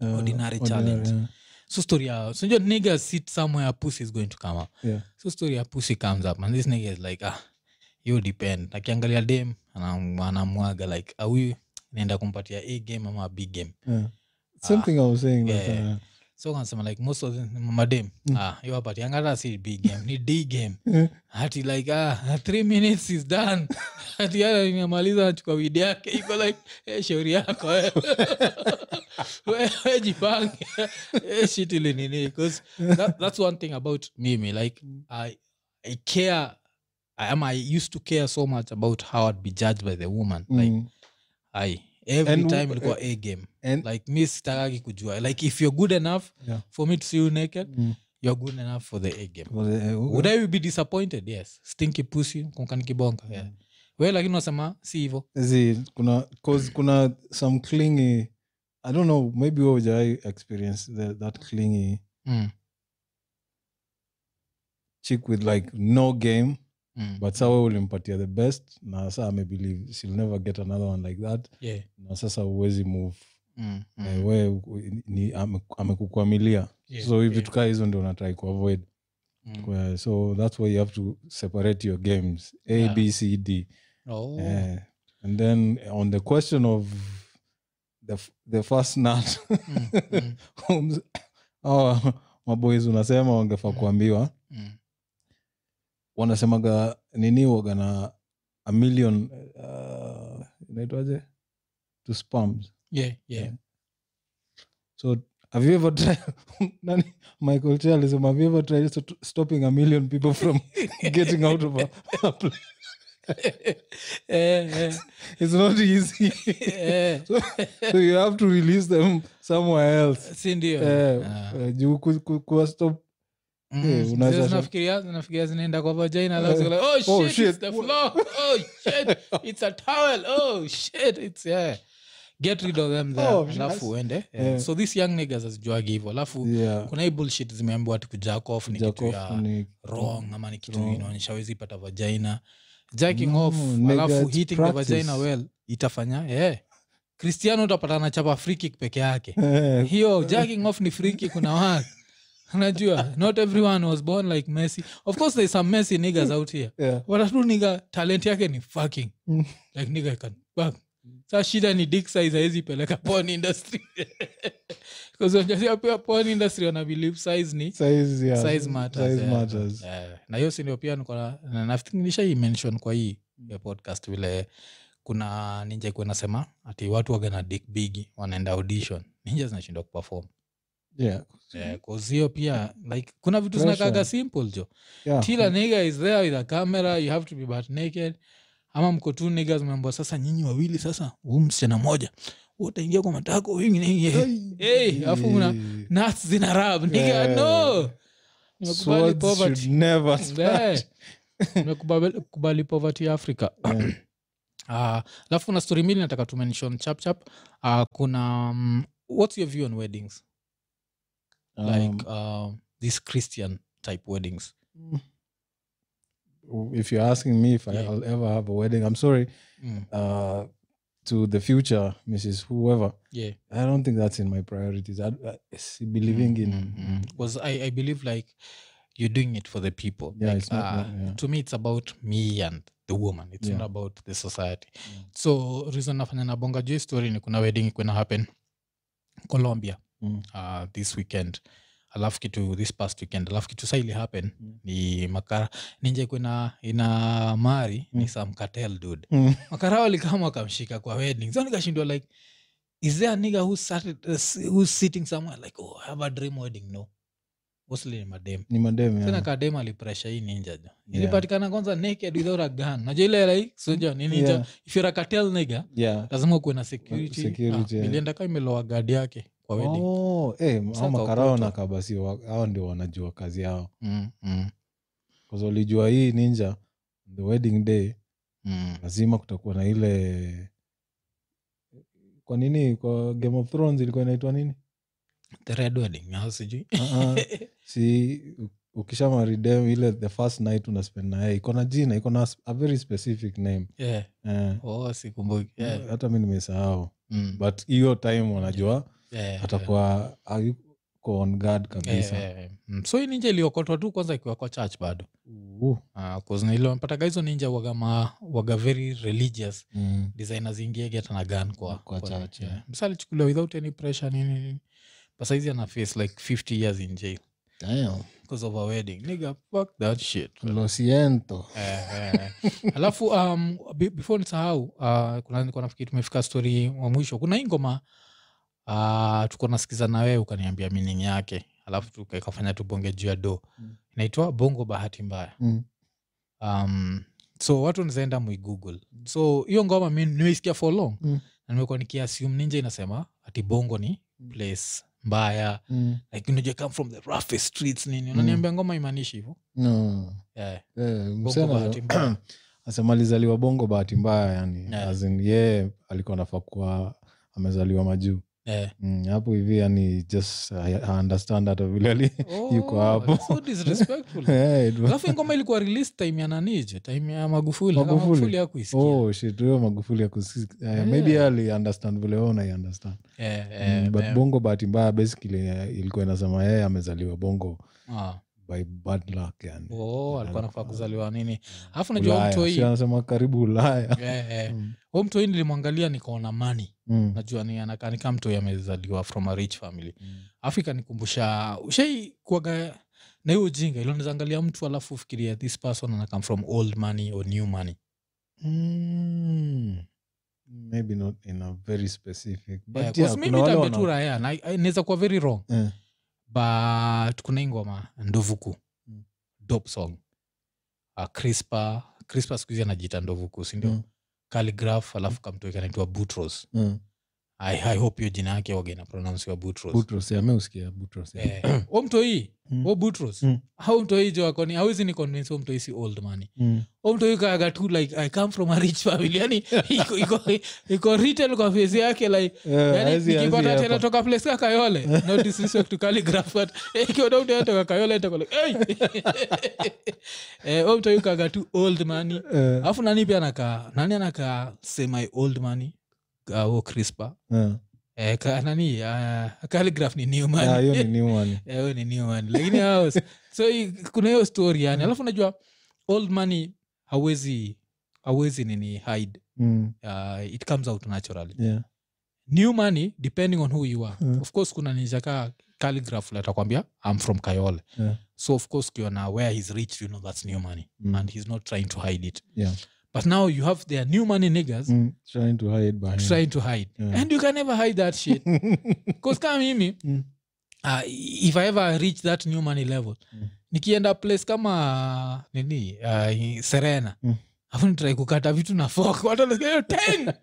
Speaker 2: uh,
Speaker 1: Ordinary challenge.
Speaker 2: yeah.
Speaker 1: so story ya sinajua nigga sit somewhere pussy is going to come up
Speaker 2: Yeah.
Speaker 1: so story ya pussy comes up and this nigga is like ah you depend akiangalia dem anam- anamwaga like awi naenda kumpatia a game ama a big game
Speaker 2: Yeah. Same
Speaker 1: Ah,
Speaker 2: thing I was saying. like,
Speaker 1: yeah, yeah.
Speaker 2: uh,
Speaker 1: so kanasema like most of them madem
Speaker 2: Mm.
Speaker 1: ah, hiyo hapa tianga hata si b game ni d game
Speaker 2: uh,
Speaker 1: hati like ah, three minutes is done hati hata nimemaliza nachukua widi yake iko like eh, shauri yako eh. wewe jipange eh, shit ili nini 'Cause that, that's one thing about mimi like
Speaker 2: Mm.
Speaker 1: i, I care I am I used to care so much about how I'd be judged by the woman like
Speaker 2: Mm.
Speaker 1: ai every
Speaker 2: And- eh,
Speaker 1: time ilikuwa a game
Speaker 2: And-
Speaker 1: like mi sitakagi kujua like if you're good enough
Speaker 2: Yeah.
Speaker 1: for me to see you naked
Speaker 2: Mm.
Speaker 1: you're good enough for the a game
Speaker 2: Well, eh, okay.
Speaker 1: would i be disappointed yes stinky pussy kunkani kibonga yeah. we lakini unasema si hivo
Speaker 2: Zi, uh, kuna cause kuna some clingy i don't know maybe wewe hujawai experience the, that clingy
Speaker 1: mm.
Speaker 2: chick with like no game
Speaker 1: Mm.
Speaker 2: but saa wewe ulimpatia the best na saa amebelieve she'll never get another one like that
Speaker 1: yeah.
Speaker 2: na sasa huwezi move
Speaker 1: mm. mm.
Speaker 2: Eh, wewe u- ni- ame- amekukwamilia
Speaker 1: Yeah,
Speaker 2: so hivi
Speaker 1: yeah.
Speaker 2: tukaa hizo ndio unatrai kuavoid
Speaker 1: Mm.
Speaker 2: Kwa- so that's why you have to separate your games a
Speaker 1: Yeah.
Speaker 2: b c d
Speaker 1: Oh.
Speaker 2: Eh, and then on the question of the, f- the first nut
Speaker 1: Mm, mm,
Speaker 2: homes- hawa maboys unasema wangefaa
Speaker 1: Mm.
Speaker 2: kuambiwa
Speaker 1: mm.
Speaker 2: wanasemaga nini waga na a million uh, inaitwaje to spams
Speaker 1: yeah, yeah.
Speaker 2: so have you ever tried nani michael che alisema have you ever tried st- stopping a million people from getting out of a, a place?
Speaker 1: Eh, eh,
Speaker 2: it's not easy
Speaker 1: eh.
Speaker 2: so you have to release them somewhere else
Speaker 1: si ndio
Speaker 2: Eh,
Speaker 1: Ah.
Speaker 2: eh, juu ku- ku- kuwa stop-
Speaker 1: Mm,
Speaker 2: eh,
Speaker 1: zile
Speaker 2: unaweza-
Speaker 1: zinafikiria zinafikiria zinaenda kwa vagina alafu
Speaker 2: Eh,
Speaker 1: ziko like, oh, shit,
Speaker 2: oh,
Speaker 1: it's
Speaker 2: shit.
Speaker 1: the floor. Oh, shit, it's a towel. Oh, shit, it's, yeah. Get rid of them there,
Speaker 2: Oh, yes.
Speaker 1: alafu uende yeah.
Speaker 2: Eh.
Speaker 1: so this young niggas hazijuagi hivyo alafu
Speaker 2: Yeah,
Speaker 1: kuna hii bullshit zimeambiwa ati kujack off ni
Speaker 2: jack
Speaker 1: kitu
Speaker 2: off
Speaker 1: ya
Speaker 2: ni-
Speaker 1: wrong ama ni kitu
Speaker 2: Wrong.
Speaker 1: inaonyesha wezi pata vagina jacking
Speaker 2: No,
Speaker 1: off
Speaker 2: nigga,
Speaker 1: alafu
Speaker 2: it's
Speaker 1: hitting the
Speaker 2: practice.
Speaker 1: vagina well itafanya yeah. cristiano utapata anachapa free kick peke yake
Speaker 2: Eh,
Speaker 1: hiyo jacking off ni friki kuna watu unajua not everyone was born like messi of course there's some messi niggas out here
Speaker 2: yeah.
Speaker 1: But at least nigga talent yake ni fucking
Speaker 2: Mm.
Speaker 1: like nigga can bang sa shida ni dick size haizi peleka porn industry because unajua pia porn industry wana believe size ni
Speaker 2: Size, yeah.
Speaker 1: size matters,
Speaker 2: Size
Speaker 1: yeah.
Speaker 2: matters.
Speaker 1: Eh, na hiyo sindio pia niko nafkiri mention kwa hii ya podcast vile kuna ninja ikuwa nasema ati watu wagana dick big wanaenda audition ninja zinashindwa kuperform
Speaker 2: Yeah.
Speaker 1: Eh, 'cause hiyo pia like kuna vitu
Speaker 2: Mm-hmm. Pressure.
Speaker 1: zinakaga simple jo
Speaker 2: Yeah.
Speaker 1: till a nigga is there with a camera you have to be butt naked ama mko tu niggas mmeambiwa sasa nyinyi wawili sasa huu msichana moja wewe utaingia kwa matako huyu mwingine, eh. Hey, alafu una-
Speaker 2: Eh,
Speaker 1: nuts zina rub nigga
Speaker 2: Yeah.
Speaker 1: no nimekubali
Speaker 2: swords
Speaker 1: poverty
Speaker 2: should never
Speaker 1: Eh,
Speaker 2: touch.
Speaker 1: nimekubali kubali poverty africa
Speaker 2: Yeah.
Speaker 1: Ah, alafu na story mbili nataka tu mention chapchap uh, kuna um, what's your view on weddings like
Speaker 2: Um,
Speaker 1: um, these christian type weddings
Speaker 2: Um, if you're asking me if I-
Speaker 1: Yeah.
Speaker 2: I'll ever have a wedding, I'm sorry
Speaker 1: mm.
Speaker 2: uh, to the future, Mrs. Whoever.
Speaker 1: yeah
Speaker 2: I don't think that's in my priorities. I, I it's believing in
Speaker 1: Mm.
Speaker 2: mm.
Speaker 1: because I, I believe like you're doing it for the people
Speaker 2: Yeah,
Speaker 1: like,
Speaker 2: it's not
Speaker 1: uh,
Speaker 2: that- yeah.
Speaker 1: to me it's about me and the woman it's
Speaker 2: Yeah. Mm.
Speaker 1: not about the society
Speaker 2: Yeah.
Speaker 1: so reason nafanya nabonga juu hii story ni kuna wedding kuna happen colombia
Speaker 2: Mm.
Speaker 1: uh, this weekend alafu kitu this past weekend alafu kitu saili happen
Speaker 2: Mm.
Speaker 1: ni makara ninje kuna ina mari ni
Speaker 2: Mm.
Speaker 1: some cartel dude
Speaker 2: Mm.
Speaker 1: makara walikama wakamshika kwa wedding so nikashindwa like is there a nigga who started, uh, s- who's sitting somewhere like oh, I have a dream wedding no mostly ni madem
Speaker 2: ni madem,
Speaker 1: tena
Speaker 2: yeah.
Speaker 1: kadem alipresha hii ninja jo
Speaker 2: Yeah.
Speaker 1: ilipatikana kwanza naked without a gun najua ile like soja ni ninja
Speaker 2: Yeah.
Speaker 1: if you're a cartel nigga
Speaker 2: Yeah.
Speaker 1: lazima kuwe na security,
Speaker 2: Security,
Speaker 1: ah,
Speaker 2: yeah.
Speaker 1: ilienda ka imeloa guard yake kwa wedding
Speaker 2: Oh, eh,
Speaker 1: Sasa
Speaker 2: hao makarao
Speaker 1: ukoto.
Speaker 2: na kabasi wa- hao ndio wanajua kazi yao
Speaker 1: Mm, mm,
Speaker 2: 'Cause walijua hii ninja the wedding day
Speaker 1: mm.
Speaker 2: lazima kutakuwa na ile kwa nini kwa game of thrones ilikuwa inaitwa nini
Speaker 1: the red wedding au sijui
Speaker 2: uh si u- ukishamaride ile the first night unaspend naye iko na jina iko na s- a very specific name
Speaker 1: yeah.
Speaker 2: eh,
Speaker 1: oh, sikumbuki yeah.
Speaker 2: hata mi nimesahau
Speaker 1: mm.
Speaker 2: but hiyo time wanajua
Speaker 1: yeah.
Speaker 2: atakuwa ayuko on guard
Speaker 1: yeah,
Speaker 2: kabisa
Speaker 1: yeah, yeah. Mm. so hii ninja iliokotwa tu kwanza ikiwa kwa church bado Ah,
Speaker 2: Uh,
Speaker 1: kuznailompataga hizo ninja waga ma, waga very religious
Speaker 2: mm.
Speaker 1: designer zingiege tana gan kwa,
Speaker 2: Kwa church, yeah.
Speaker 1: msalichukulia without any pressure nini nini but saizi ana face like 50 years in jail
Speaker 2: Damn.
Speaker 1: because of a wedding nigga fuck that shit
Speaker 2: lo siento
Speaker 1: Eh, eh, eh. alafu um, be- before nisahau uh, kuna nilikuwa nafikiri tumefika stori wa mwisho kuna hii ngoma uh, tuko nasikiza na wewe ukaniambia meaning yake alafu tuka- ikafanya tubonge juu ya do
Speaker 2: Mm.
Speaker 1: inaitwa bongo bahati mbaya
Speaker 2: Mm.
Speaker 1: um, so watu nizaenda muigoogle so hiyo ngoma mi nimeisikia for long
Speaker 2: Mm.
Speaker 1: na nimekuwa nikiassume ninja inasema ati bongo ni
Speaker 2: Mm.
Speaker 1: place mbaya
Speaker 2: Mm.
Speaker 1: like unajua come from the roughest streets nini unaniambia ngoma imanishi hivo
Speaker 2: no
Speaker 1: yeah.
Speaker 2: Eh,
Speaker 1: bongo
Speaker 2: msichana
Speaker 1: bahati mbaya
Speaker 2: asema alizaliwa bongo bahati mbaya yani
Speaker 1: Yeah.
Speaker 2: As in, yeye alikuwa nafaa kuwa amezaliwa majuu
Speaker 1: Eh.
Speaker 2: Mm, hapo hivi yani just uh, I, I understand hata vile ali- yuko
Speaker 1: Oh,
Speaker 2: hapo.
Speaker 1: so disrespectful.
Speaker 2: Eh, it was-
Speaker 1: alafu hii ngoma ilikuwa release time ya nanije time ya magufuli Kama
Speaker 2: Magufuli.
Speaker 1: magufuli hakuisikia
Speaker 2: oh shit huyo magufuli akusisimaybe yeah. maybe yeye aliunderstand vile wewe unaiunderstand
Speaker 1: Eh, eh,
Speaker 2: mm, but
Speaker 1: eh,
Speaker 2: bongo bahati mbaya basically eh, ilikuwa inasema yeye amezaliwa bongo
Speaker 1: ah.
Speaker 2: by bad luck yani
Speaker 1: Oh, alikuwa nafaa
Speaker 2: Mm.
Speaker 1: kuzaliwa nini alafu najua
Speaker 2: Ulaya.
Speaker 1: mtu hii
Speaker 2: Si anasema karibu ulaya
Speaker 1: eh, eh.
Speaker 2: Mm,
Speaker 1: Huyo mtu hii nilimwangalia nikaona mani
Speaker 2: mm,
Speaker 1: najua ni anakaa ni kama mtu huyu amezaliwa from a rich family
Speaker 2: mm.
Speaker 1: afrika nikumbusha ushai kuaga na hiyo ujinga ilionizangalia mtu alafu ufikiria this person anakam from old money or new money
Speaker 2: Mm. maybe not in a very specific but
Speaker 1: Eh, 'cause
Speaker 2: yeah,
Speaker 1: mimi
Speaker 2: kuna wale
Speaker 1: nitaambia tu
Speaker 2: wana-
Speaker 1: raya na eh, inaweza kuwa very wrong
Speaker 2: Eh,
Speaker 1: but kuna hii ngoma ndovuku
Speaker 2: Mm.
Speaker 1: dop song uh, crispa crispa sikuhizi anajiita ndovuku sindio
Speaker 2: Mm.
Speaker 1: mm. caligraph alafu kamtoika anaitwa butros
Speaker 2: eh,
Speaker 1: I, i hope hiyo jina yake waga inapronounsiwa butros
Speaker 2: Butros, yeah, ameusikia Butros, yeah.
Speaker 1: Eh, o mtoii
Speaker 2: Mm,
Speaker 1: o butros
Speaker 2: Mm.
Speaker 1: au mtoii joakoni hawezi ni convince o mtoii si old money
Speaker 2: mm.
Speaker 1: o mtoii kaaga tu like i come from a rich family yani iko, iko, iko written kwa face yake like
Speaker 2: Eh,
Speaker 1: Yaani,
Speaker 2: haezi-
Speaker 1: nikipata
Speaker 2: haezi
Speaker 1: tena
Speaker 2: hapa.
Speaker 1: toka place ka kayole no disrespect to calligraph, but, eh, ikiona mtu anatoka kayole itakuwa like, "Hey!" Eh, huyo mtu yukaga tu old money
Speaker 2: Eh,
Speaker 1: alafu nani pia anakaa nani anakaa semi old money uh, huo crispa
Speaker 2: eh.
Speaker 1: eh, ka, nani uh, calligraph ni new money
Speaker 2: Ah, hiyo ni new one.
Speaker 1: Eh, huyo ni new money lakini hao- so hii- kuna hiyo story yani
Speaker 2: Mm.
Speaker 1: alafu unajua old money hawezi hawezi nini hide
Speaker 2: Mm,
Speaker 1: uh, it comes out naturally
Speaker 2: yeah.
Speaker 1: new money depending on who you are
Speaker 2: Mm.
Speaker 1: of course kuna nijaka calligraph atakwambia i'm from kayole
Speaker 2: Yeah.
Speaker 1: so of course ukiona where he's rich you know that's new money
Speaker 2: Mm.
Speaker 1: and he's not trying to hide it
Speaker 2: Yeah.
Speaker 1: but now you have their new money niggers
Speaker 2: Mm, trying to hide behind-
Speaker 1: trying to hide
Speaker 2: Mm. Yeah.
Speaker 1: and you can never hide that shit because kama mimi
Speaker 2: Mm.
Speaker 1: uh, if i ever reach that new money level
Speaker 2: Mm.
Speaker 1: nikienda place kama nini uh, serena
Speaker 2: Mm.
Speaker 1: afu nitrai kukata vitu na fork. watu wanasikia hiyo 10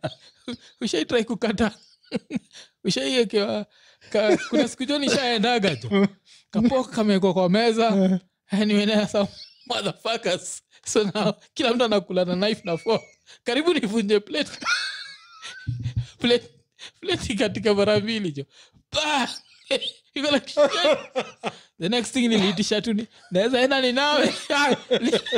Speaker 1: ushaitrai kukata ushaiwekewa ka- kuna siku jo nishaendaga
Speaker 2: Mm.
Speaker 1: tu kapok kamekwa kwa meza
Speaker 2: Eh,
Speaker 1: nimenasa motherfuckers so now kila mtu anakula na knife na fork karibu nivunje plate plate plate katika mara mbili jo Bah! Iko like, shit. the next thing niliitisha tu ni naweza enda ni nawe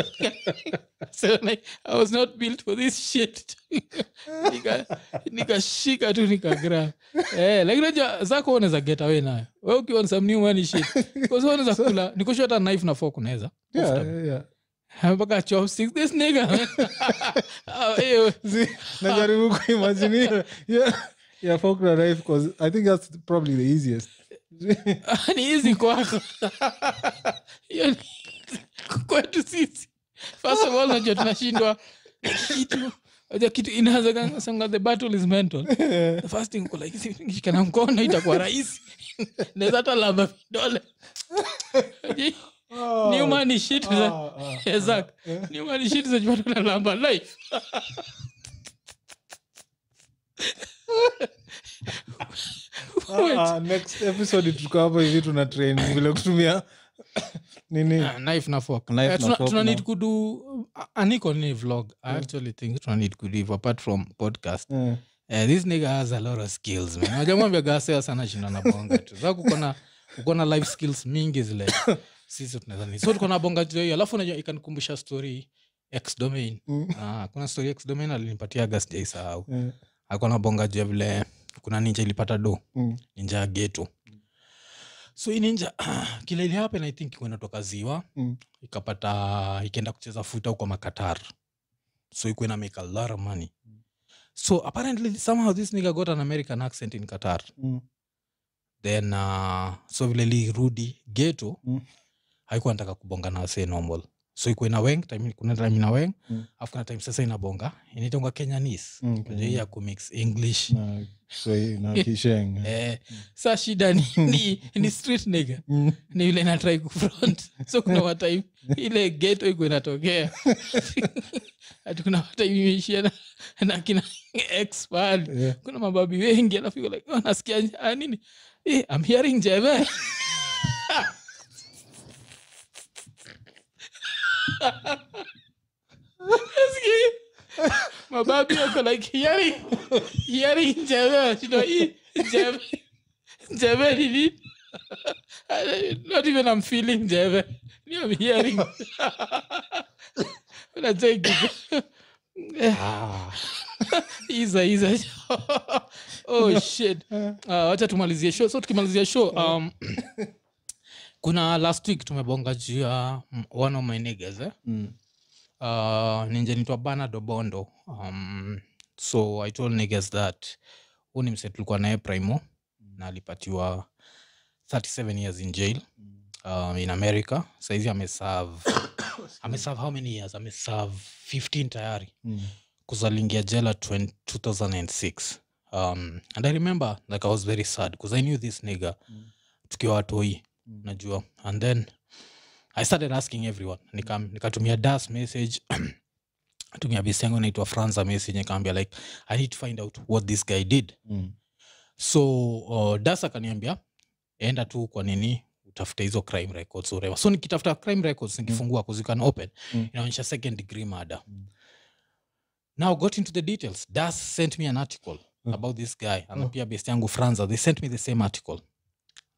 Speaker 1: so like, i was not built for this shit Nika- nikashika tu nikagra eh, lakini unajua zako unaweza get away nayo we ukiona some new money shit because wewe unaweza kula nikusho hata knife na fork unaweza
Speaker 2: yeah, yeah.
Speaker 1: mpaka chopsticks this nigga Ah, ew.
Speaker 2: See, najaribu kuimagine hiyo. Yeah, yeah, folk na knife 'cause I think that's probably the easiest.
Speaker 1: Ah, ni hizi kwako Hiyo ni- kwetu sisi first of all najua tunashindwa kitu Unajua kitu inaweza sanga the battle is mental
Speaker 2: Eh,
Speaker 1: the first thing uko like "Hizi nikishika na mkono itakuwa rahisi naweza hata lamba vidole
Speaker 2: ah,
Speaker 1: nyuma ni shit za-
Speaker 2: ah, ah.
Speaker 1: Zak, nyuma ni shit za jumatu na lamba life Wait.
Speaker 2: Ah, ah, next episode tuko hapo hivi tuna train vile kutumia nini
Speaker 1: Ah, knife na fork.
Speaker 2: Knife
Speaker 1: Eh,
Speaker 2: na
Speaker 1: tuna-
Speaker 2: fork
Speaker 1: tuna
Speaker 2: na-
Speaker 1: need kudu aniko ni vlog i actually think tuna need kudive apart from podcast
Speaker 2: Eh,
Speaker 1: Eh, this nigga has a lot of skills man najamwambia gasea sana shinda na bonga tu sasa uko na uko na life skills mingi zile sisi tunaweza ni so tuko na bonga tu hiyo alafu unajua ikanikumbusha story x domain
Speaker 2: Mm.
Speaker 1: ah, kuna story x domain alinipatia gas jaisahau
Speaker 2: eh,
Speaker 1: alikuwa na bonga juu ya vile kuna ninja ilipata do
Speaker 2: mm,
Speaker 1: ninja ya geto so hii ninja kila ili happen i think ilikuwa inatoka ziwa
Speaker 2: mm,
Speaker 1: ikapata ikienda kucheza futa huko makatar so ikuwa ina make a lot of money so apparently somehow this nigga got an american accent in qatar
Speaker 2: mm,
Speaker 1: then uh, so vile lirudi geto
Speaker 2: Mm.
Speaker 1: haikuwa nataka kubonga na wasee normal so ikuwe na weng time- kuna time ina weng
Speaker 2: Mm.
Speaker 1: afu kuna time sasa inabonga inaitongwa kenyanis
Speaker 2: Mm,
Speaker 1: mm. ya kumix english
Speaker 2: na Kiswahili na Kisheng.
Speaker 1: Eh, sa shida ni, ni, ni street nigga
Speaker 2: Mm.
Speaker 1: ni yule natrai kufront so kuna watime ile geto iko inatokea ati kuna watime imeishia na, na kina expad
Speaker 2: Yeah.
Speaker 1: kuna mababi wengi alafu iko like, "Oh, nasikia nje- ah, nini eh, I'm hearing jeve Nasikia hiyo. mababi wako like hearing hearing eh, jeve you know, hii jeve jeve ni nini I- not even I'm feeling jeve ni I'm hearing unacheki
Speaker 2: Ah.
Speaker 1: iza iza oh shit
Speaker 2: Eh.
Speaker 1: uh, wacha tumalizie show so tukimalizia show um, kuna last week tumebonga juu ya mm, one of my niggas eh?
Speaker 2: Mm.
Speaker 1: uh, ninjenitwa banado bondo um, so i told niggas that huu ni mse tulikuwa naye primo na alipatiwa 37 years in jail um, in america saizi ameserve ameserve how many years ameserve 15 tayari
Speaker 2: Mm.
Speaker 1: kuzalingia jela 20 2006 um, and i remember like i was very sad because i knew this nigger
Speaker 2: Mm.
Speaker 1: tukiwa watoi najua and then i started asking everyone Nika- nikatumia das message tumia bisi yangu naitwa franza message nikaambia like i need to find out what this guy did
Speaker 2: Mm.
Speaker 1: so uh, das akaniambia enda tu kwa nini utafute hizo crime records ureva so nikitafuta crime records nikifungua mm. kuzikan open
Speaker 2: Mm.
Speaker 1: inaonyesha second degree murder
Speaker 2: Mm.
Speaker 1: now got into the details das sent me an article
Speaker 2: Mm.
Speaker 1: about this guy and
Speaker 2: Mm.
Speaker 1: pia best yangu franza they sent me the same article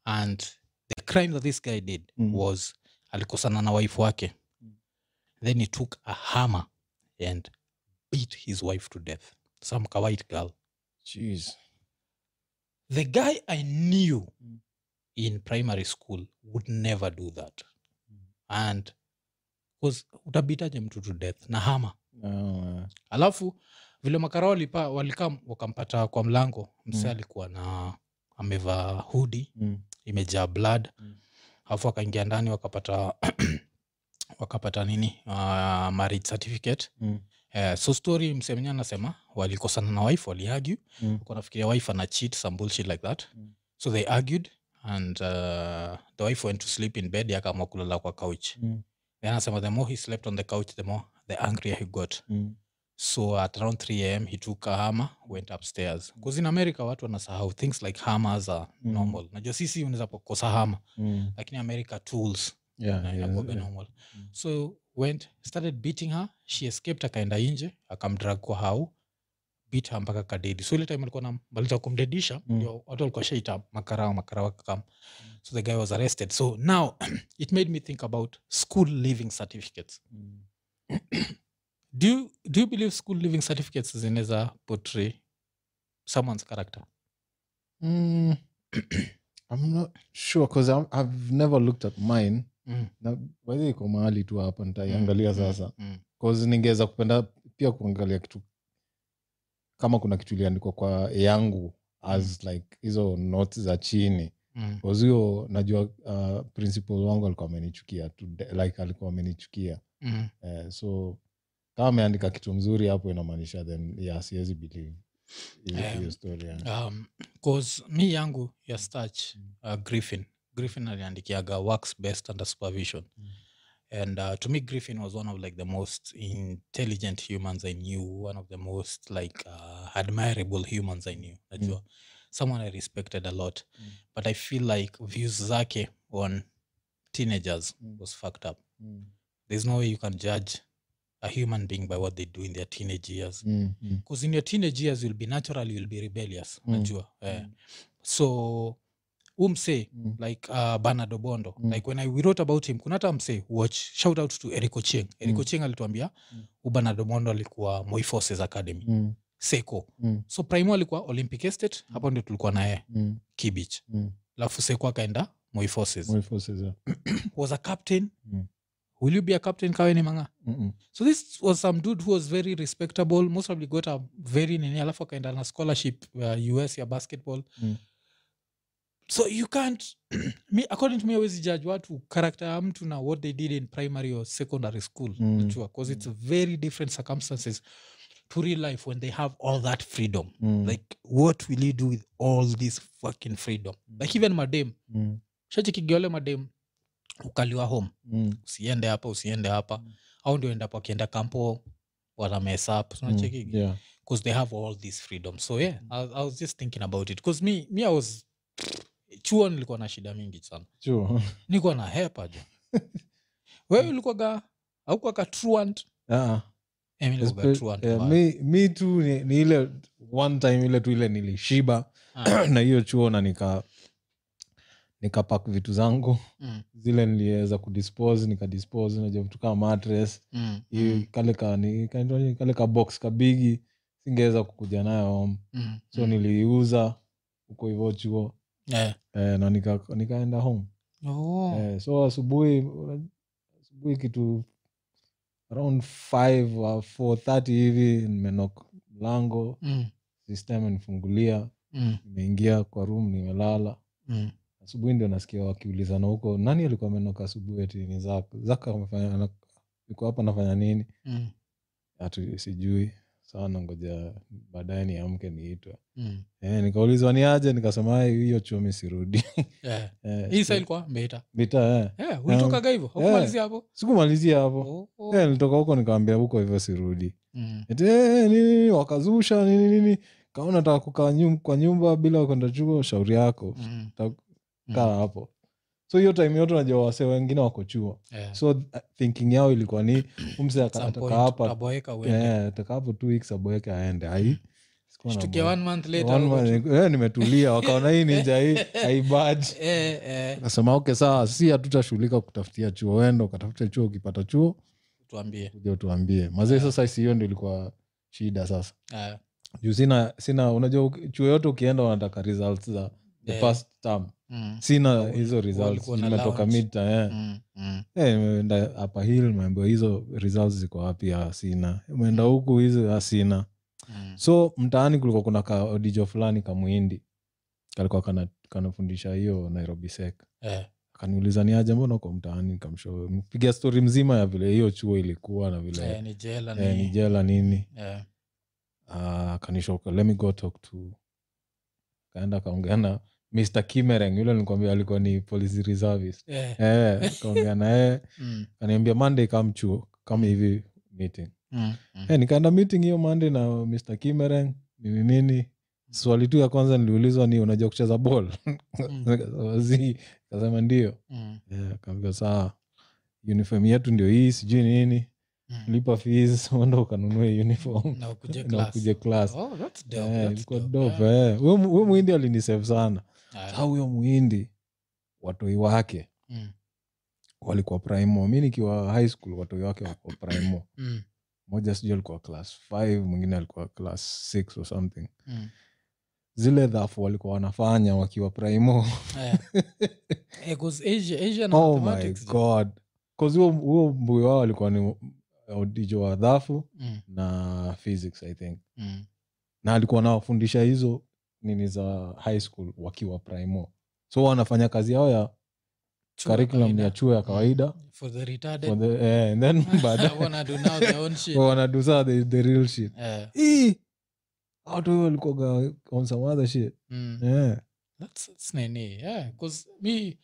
Speaker 1: and the crime that this guy did
Speaker 2: Mm.
Speaker 1: was alikosana na wife wake
Speaker 2: Mm.
Speaker 1: then he took a hammer and beat his wife to death some kawait girl
Speaker 2: Jeez.
Speaker 1: the guy i knew
Speaker 2: Mm.
Speaker 1: in primary school would never do that
Speaker 2: Mm.
Speaker 1: and because utabitaje mtu to death na hama
Speaker 2: Oh, uh,
Speaker 1: alafu vile makara walipa walikam wakampata kwa mlango mse
Speaker 2: Mm.
Speaker 1: alikuwa na amevaa hudi
Speaker 2: mm.
Speaker 1: imejaa blood
Speaker 2: Mm.
Speaker 1: alafu wakaingia ndani wakapata wakapata nini uh, marriage certificate
Speaker 2: Mm.
Speaker 1: Eh, so story msemenya anasema walikosana na wife waliargue
Speaker 2: Mm.
Speaker 1: Walikuwa wanafikiria wife ana cheat some bullshit like that
Speaker 2: Mm.
Speaker 1: so they argued and uh, the wife went to sleep in bed yakaamua kulala kwa couch
Speaker 2: Mm.
Speaker 1: then anasema the more he slept on the couch the more the angrier he got
Speaker 2: Mm.
Speaker 1: so at around 3 am he took a hammer went upstairs bcause in america watu wanasahau things like hammers are
Speaker 2: Mm.
Speaker 1: normal najua sisi unaweza kukosa hama
Speaker 2: Mm.
Speaker 1: lakini america tools
Speaker 2: Yeah,
Speaker 1: na
Speaker 2: yeah,
Speaker 1: inakuwaga
Speaker 2: yeah.
Speaker 1: normal
Speaker 2: Mm.
Speaker 1: so went started beating her she escaped akaenda inje akamdrag kwa hau beat her mpaka kadedi so ile time alikuwa namaliza kumdedisha
Speaker 2: Mm.
Speaker 1: ndio watu walikuwa shaita makarao makarao akakam so the guy was arrested so now it made me think about school living certificates
Speaker 2: Mm.
Speaker 1: do you, do you believe school living certificates zinaweza portray someone's character
Speaker 2: Mm. I'm not sure because I've never looked at mine.
Speaker 1: mm.
Speaker 2: Na baadhi iko mahali tu hapa nitaiangalia sasa.
Speaker 1: mm.
Speaker 2: Cause ningeweza kupenda pia kuangalia kitu kama kuna kitu iliandikwa kwa yangu as like hizo notes za chini.
Speaker 1: Mm.
Speaker 2: Cause hiyo najua uh, principal wangu alikuwa amenichukia tu like alikuwa amenichukia.
Speaker 1: Mm.
Speaker 2: Eh, so kama ameandika kitu mzuri hapo inamaanisha then yeah, siwezi believe hiyo-
Speaker 1: Um,
Speaker 2: hiyo story yangu.
Speaker 1: um, cause mi yangu ya starch
Speaker 2: Mm.
Speaker 1: uh, griffin griffin aliandikiaga works best under supervision
Speaker 2: Mm.
Speaker 1: and uh, to me griffin was one of like the most intelligent humans i knew one of the most like uh, admirable humans i knew najua someone i respected a lot
Speaker 2: Mm.
Speaker 1: but i feel like views zake on teenagers
Speaker 2: Mm.
Speaker 1: was fucked up
Speaker 2: Mm.
Speaker 1: there's no way you can judge a human being by what they do in their teenage years
Speaker 2: Mm. Mm.
Speaker 1: because in your teenage years you'll be natural you'll be rebellious
Speaker 2: Mm.
Speaker 1: najua eh. so umse
Speaker 2: Mm.
Speaker 1: like uh, banard obondo
Speaker 2: Mm.
Speaker 1: like when I, we wrote about him kuna hata mse watch shout out to eric ocheng eric
Speaker 2: Mm.
Speaker 1: ocheng alituambia
Speaker 2: Mm.
Speaker 1: u banard obondo alikuwa moi forces academy
Speaker 2: Mm.
Speaker 1: seko
Speaker 2: Mm.
Speaker 1: so primo alikuwa olympic estate hapo ndio tulikuwa naye
Speaker 2: Mm.
Speaker 1: kibich
Speaker 2: Mm.
Speaker 1: alafu seko akaenda moi forces
Speaker 2: Moi forces, yeah.
Speaker 1: was a captain
Speaker 2: Mm.
Speaker 1: will you be a captain kawe ni manga
Speaker 2: Mm-mm.
Speaker 1: so this was some dude who was very respectable most probably got a very nini alafu akaenda na scholarship uh, us ya basketball
Speaker 2: Mm.
Speaker 1: so you can't me, according to me awezi judge watu karakta ya mtu na what they did in primary or secondary school
Speaker 2: Mm.
Speaker 1: because it's very different circumstances to real life when they have all that freedom
Speaker 2: Mm.
Speaker 1: like what will you do with all this fucking freedom like even madem
Speaker 2: Mm.
Speaker 1: shachikigeole madem ukaliwa home usiende hapa usiende hapa
Speaker 2: Mm.
Speaker 1: au ndio endapo akienda kampo wanamesap
Speaker 2: Mm.
Speaker 1: unachekigi because they have all this freedom so yeah I, I was just thinking about it because me, me I was chuo nilikuwa na shida mingi sana nilikuwa na hepa jo wewe ulikuwaga aukuwaga truant
Speaker 2: Ah,
Speaker 1: Eh, mi nilikuwaga truant mbaya.
Speaker 2: mi tu ni, ni ile one time ile tu ile nilishiba
Speaker 1: Ah,
Speaker 2: na hiyo chuo na nika nikapak vitu zangu
Speaker 1: mm,
Speaker 2: zile niliweza kudispose nikadispose najua vitu kama matres
Speaker 1: mm,
Speaker 2: mm. kale ka ni- kaitwaje, kale ka box kabigi singeweza kukuja nayo home
Speaker 1: mm,
Speaker 2: so
Speaker 1: mm.
Speaker 2: niliiuza huko hivyo chuo
Speaker 1: Eh.
Speaker 2: eh, na nika, nikaenda home
Speaker 1: Oh.
Speaker 2: eh, so asubuhi asubuhi kitu around 5 or 4:30 hivi nimenok mlango
Speaker 1: Mm,
Speaker 2: system nifungulia
Speaker 1: mm,
Speaker 2: nimeingia kwa room nimelala
Speaker 1: mm.
Speaker 2: asubuhi ndio nasikia wakiulizana huko nani alikuwa amenoka asubuhi ati ni zak zak amefanya ana- yuko hapa anafanya nini
Speaker 1: Mm,
Speaker 2: hatu sijui sana ngoja baadaye niamke niitwe
Speaker 1: mm.
Speaker 2: eh, nikaulizwa ni aje nikasema "Ai, hiyo chumi sirudi
Speaker 1: Eh.
Speaker 2: Eh,
Speaker 1: hii
Speaker 2: si-
Speaker 1: saa ilikuwa mbeta
Speaker 2: mita eh.
Speaker 1: Eh, ulitokaga hivyo aukumalizia hapo
Speaker 2: sikumalizia hapo
Speaker 1: Oh, oh.
Speaker 2: Eh, nilitoka huko nikawambia huko hivyo sirudi
Speaker 1: Mm,
Speaker 2: Eti, "Eh, nini nini wakazusha nini nini kama nataka kukaa nyum- kwa nyumba bila kwenda chuo shauri yako
Speaker 1: mm, mm.
Speaker 2: kaa hapo so hiyo time yote najua wasee wengine wako chuo
Speaker 1: Eh.
Speaker 2: so th- thinking yao ilikuwa ni umse
Speaker 1: At some point,
Speaker 2: ataka hapa
Speaker 1: utaboeka uende.
Speaker 2: eh, ataka hapo two weeks aboeke aende ai sikuwa na
Speaker 1: Shtukia
Speaker 2: bwana.
Speaker 1: one month later,
Speaker 2: One
Speaker 1: uko
Speaker 2: month,
Speaker 1: tu-
Speaker 2: eh, nimetulia wakaona hii ninja hii aibaji
Speaker 1: Eh, eh,
Speaker 2: nasema okay sawa si hatutashughulika kutafutia chuo wenda ukatafuta chuo ukipata chuo
Speaker 1: tuambie.
Speaker 2: kuja utuambie mazee
Speaker 1: Yeah.
Speaker 2: sasa si hiyo ndio ilikuwa shida sasa
Speaker 1: Eh,
Speaker 2: juu sina sina unajua uki- chuo yote ukienda wanataka results za the
Speaker 1: Yeah.
Speaker 2: first term
Speaker 1: mm,
Speaker 2: sina
Speaker 1: Wal-
Speaker 2: hizo results
Speaker 1: walikuwa na
Speaker 2: nimetoka
Speaker 1: allowance.
Speaker 2: midterm, eh.
Speaker 1: mm, mm,
Speaker 2: Eh, nimeenda hapa hill nimeambiwa hizo results ziko wapi Ah, sina umeenda huku hizo ah, sina
Speaker 1: mm.
Speaker 2: so mtaani kulikuwa kuna kaodijo fulani kamuhindi kalikuwa kana, kanafundisha hiyo nairobi sec
Speaker 1: Eh,
Speaker 2: akaniuliza ni aje mbona uko mtaani nikamsho piga stori mzima ya vile hiyo chuo ilikuwa na vile
Speaker 1: eh, ni jela
Speaker 2: eh, ni
Speaker 1: ni-
Speaker 2: jela nini
Speaker 1: eh,
Speaker 2: Ah, akanishoka let me go talk to kaenda akaongea na mr kimereng yule nilikwambia alikuwa ni police reservist
Speaker 1: eh,
Speaker 2: Eh, akaongea na yeye
Speaker 1: mm,
Speaker 2: kaniambia monday kam chuo kama hivi meeting
Speaker 1: mm, mm.
Speaker 2: Eh, nikaenda meeting hiyo monday na mr kimereng nini nini swali tu ya kwanza niliulizwa ni unajua kucheza ball
Speaker 1: Hmm.
Speaker 2: Nikasema, "Zii." Akasema ndio
Speaker 1: Mm,
Speaker 2: Eh, akaambia saa uniform yetu ndio hii sijui nini
Speaker 1: mm.
Speaker 2: lipa fees uenda ukanunua hii uniform
Speaker 1: Na ukuje
Speaker 2: na
Speaker 1: class.
Speaker 2: ukuje class
Speaker 1: Oh, that's dope,
Speaker 2: Eh,
Speaker 1: that's
Speaker 2: ilikuwa
Speaker 1: dope,
Speaker 2: dope,
Speaker 1: eh.
Speaker 2: eh. Huyo mu- huyo muhindi alinisave sana
Speaker 1: Eh,
Speaker 2: Sasa huyo muhindi watoi wake
Speaker 1: mm,
Speaker 2: walikuwa primo mi nikiwa high school watoi wake walikuwa primo
Speaker 1: mm,
Speaker 2: moja sijui alikuwa class 5 mwingine alikuwa class 6 or something
Speaker 1: mm.
Speaker 2: zile dhafu walikuwa wanafanya wakiwa primo
Speaker 1: Eh. Eh, 'cause Asia- Asia na
Speaker 2: oh my
Speaker 1: mathematics,
Speaker 2: god 'Cause huo huo mbui wao alikuwa ni audijo wa dhafu
Speaker 1: mm,
Speaker 2: na physics i think
Speaker 1: mm.
Speaker 2: na alikuwa anawafundisha hizo nini za high school wakiwa primo so wanafanya kazi yao ya
Speaker 1: Chuo
Speaker 2: curriculum ya
Speaker 1: kawaida.
Speaker 2: chuo ya kawaida Mm.
Speaker 1: For the retarded.
Speaker 2: for the, eh, and then baadaye Oh.
Speaker 1: Wanna do now their own shit.
Speaker 2: wanadu saa the, the real shit
Speaker 1: Eh,
Speaker 2: Hii, watu hiyo walikuwaga on some other shit
Speaker 1: mm.
Speaker 2: yeah.
Speaker 1: That's, that's nini, yeah. Because me,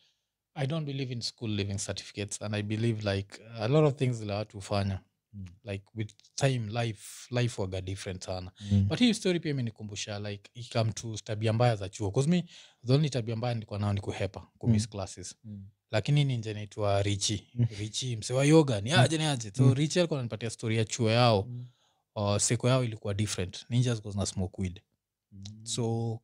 Speaker 1: I don't believe in school leaving certificates, and I believe like a lot of things la watu hufanya
Speaker 2: Mm.
Speaker 1: like with time life life waga different sana
Speaker 2: mm.
Speaker 1: but hii story pia imenikumbusha like ikam to tabia mbaya za chuo bcause mi the only tabia mbaya nilikuwa nao ni kuhepa kumiss classes
Speaker 2: Mm.
Speaker 1: lakini ninje naitwa richi
Speaker 2: Mm.
Speaker 1: richi msewa yoga ni aje ni aje so
Speaker 2: Mm.
Speaker 1: richi alikuwa ananipatia story ya chuo yao uh, seko yao ilikuwa different ninja zikuwa zina smoke weed so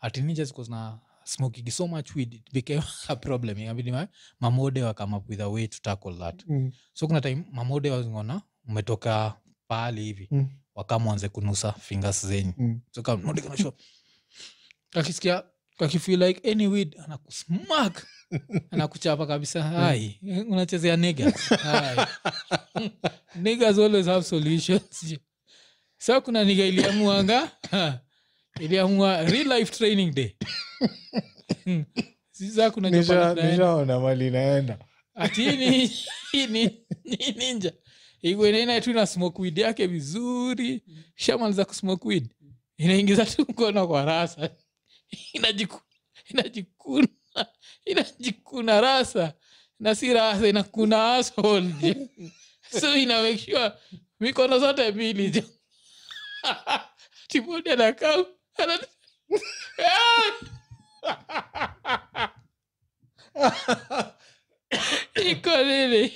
Speaker 1: ati ninja ziko zina smoking so much weed it became a problem ikabidi ma- mamode wa come up with a way to tackle that
Speaker 2: Mm.
Speaker 1: so kuna time mamode wangona umetoka pahali hivi
Speaker 2: Mm.
Speaker 1: wakamwanze kunusa fingers zenyu
Speaker 2: Mm.
Speaker 1: so kama mnodi kana shot akisikia akifeel like any weed anakusmak anakuchapa kabisa hai
Speaker 2: Hmm.
Speaker 1: unachezea niggas hai niggas always have solutions sa kuna niga iliamuanga ha, iliamua real life training day sisa Hmm. kuna
Speaker 2: Nisha-
Speaker 1: jopanatini
Speaker 2: nishaona mali inaenda
Speaker 1: ninja iguinaina tu na smokwid yake vizuri shamaliza kusmokwid inaingiza tu mkono kwa rasa Inajiku- inajikuna inajikuna rasa na si rasa inakuna asshole je. so ina make sure mikono zote mbili jo tibodi anakaa ana- iko nini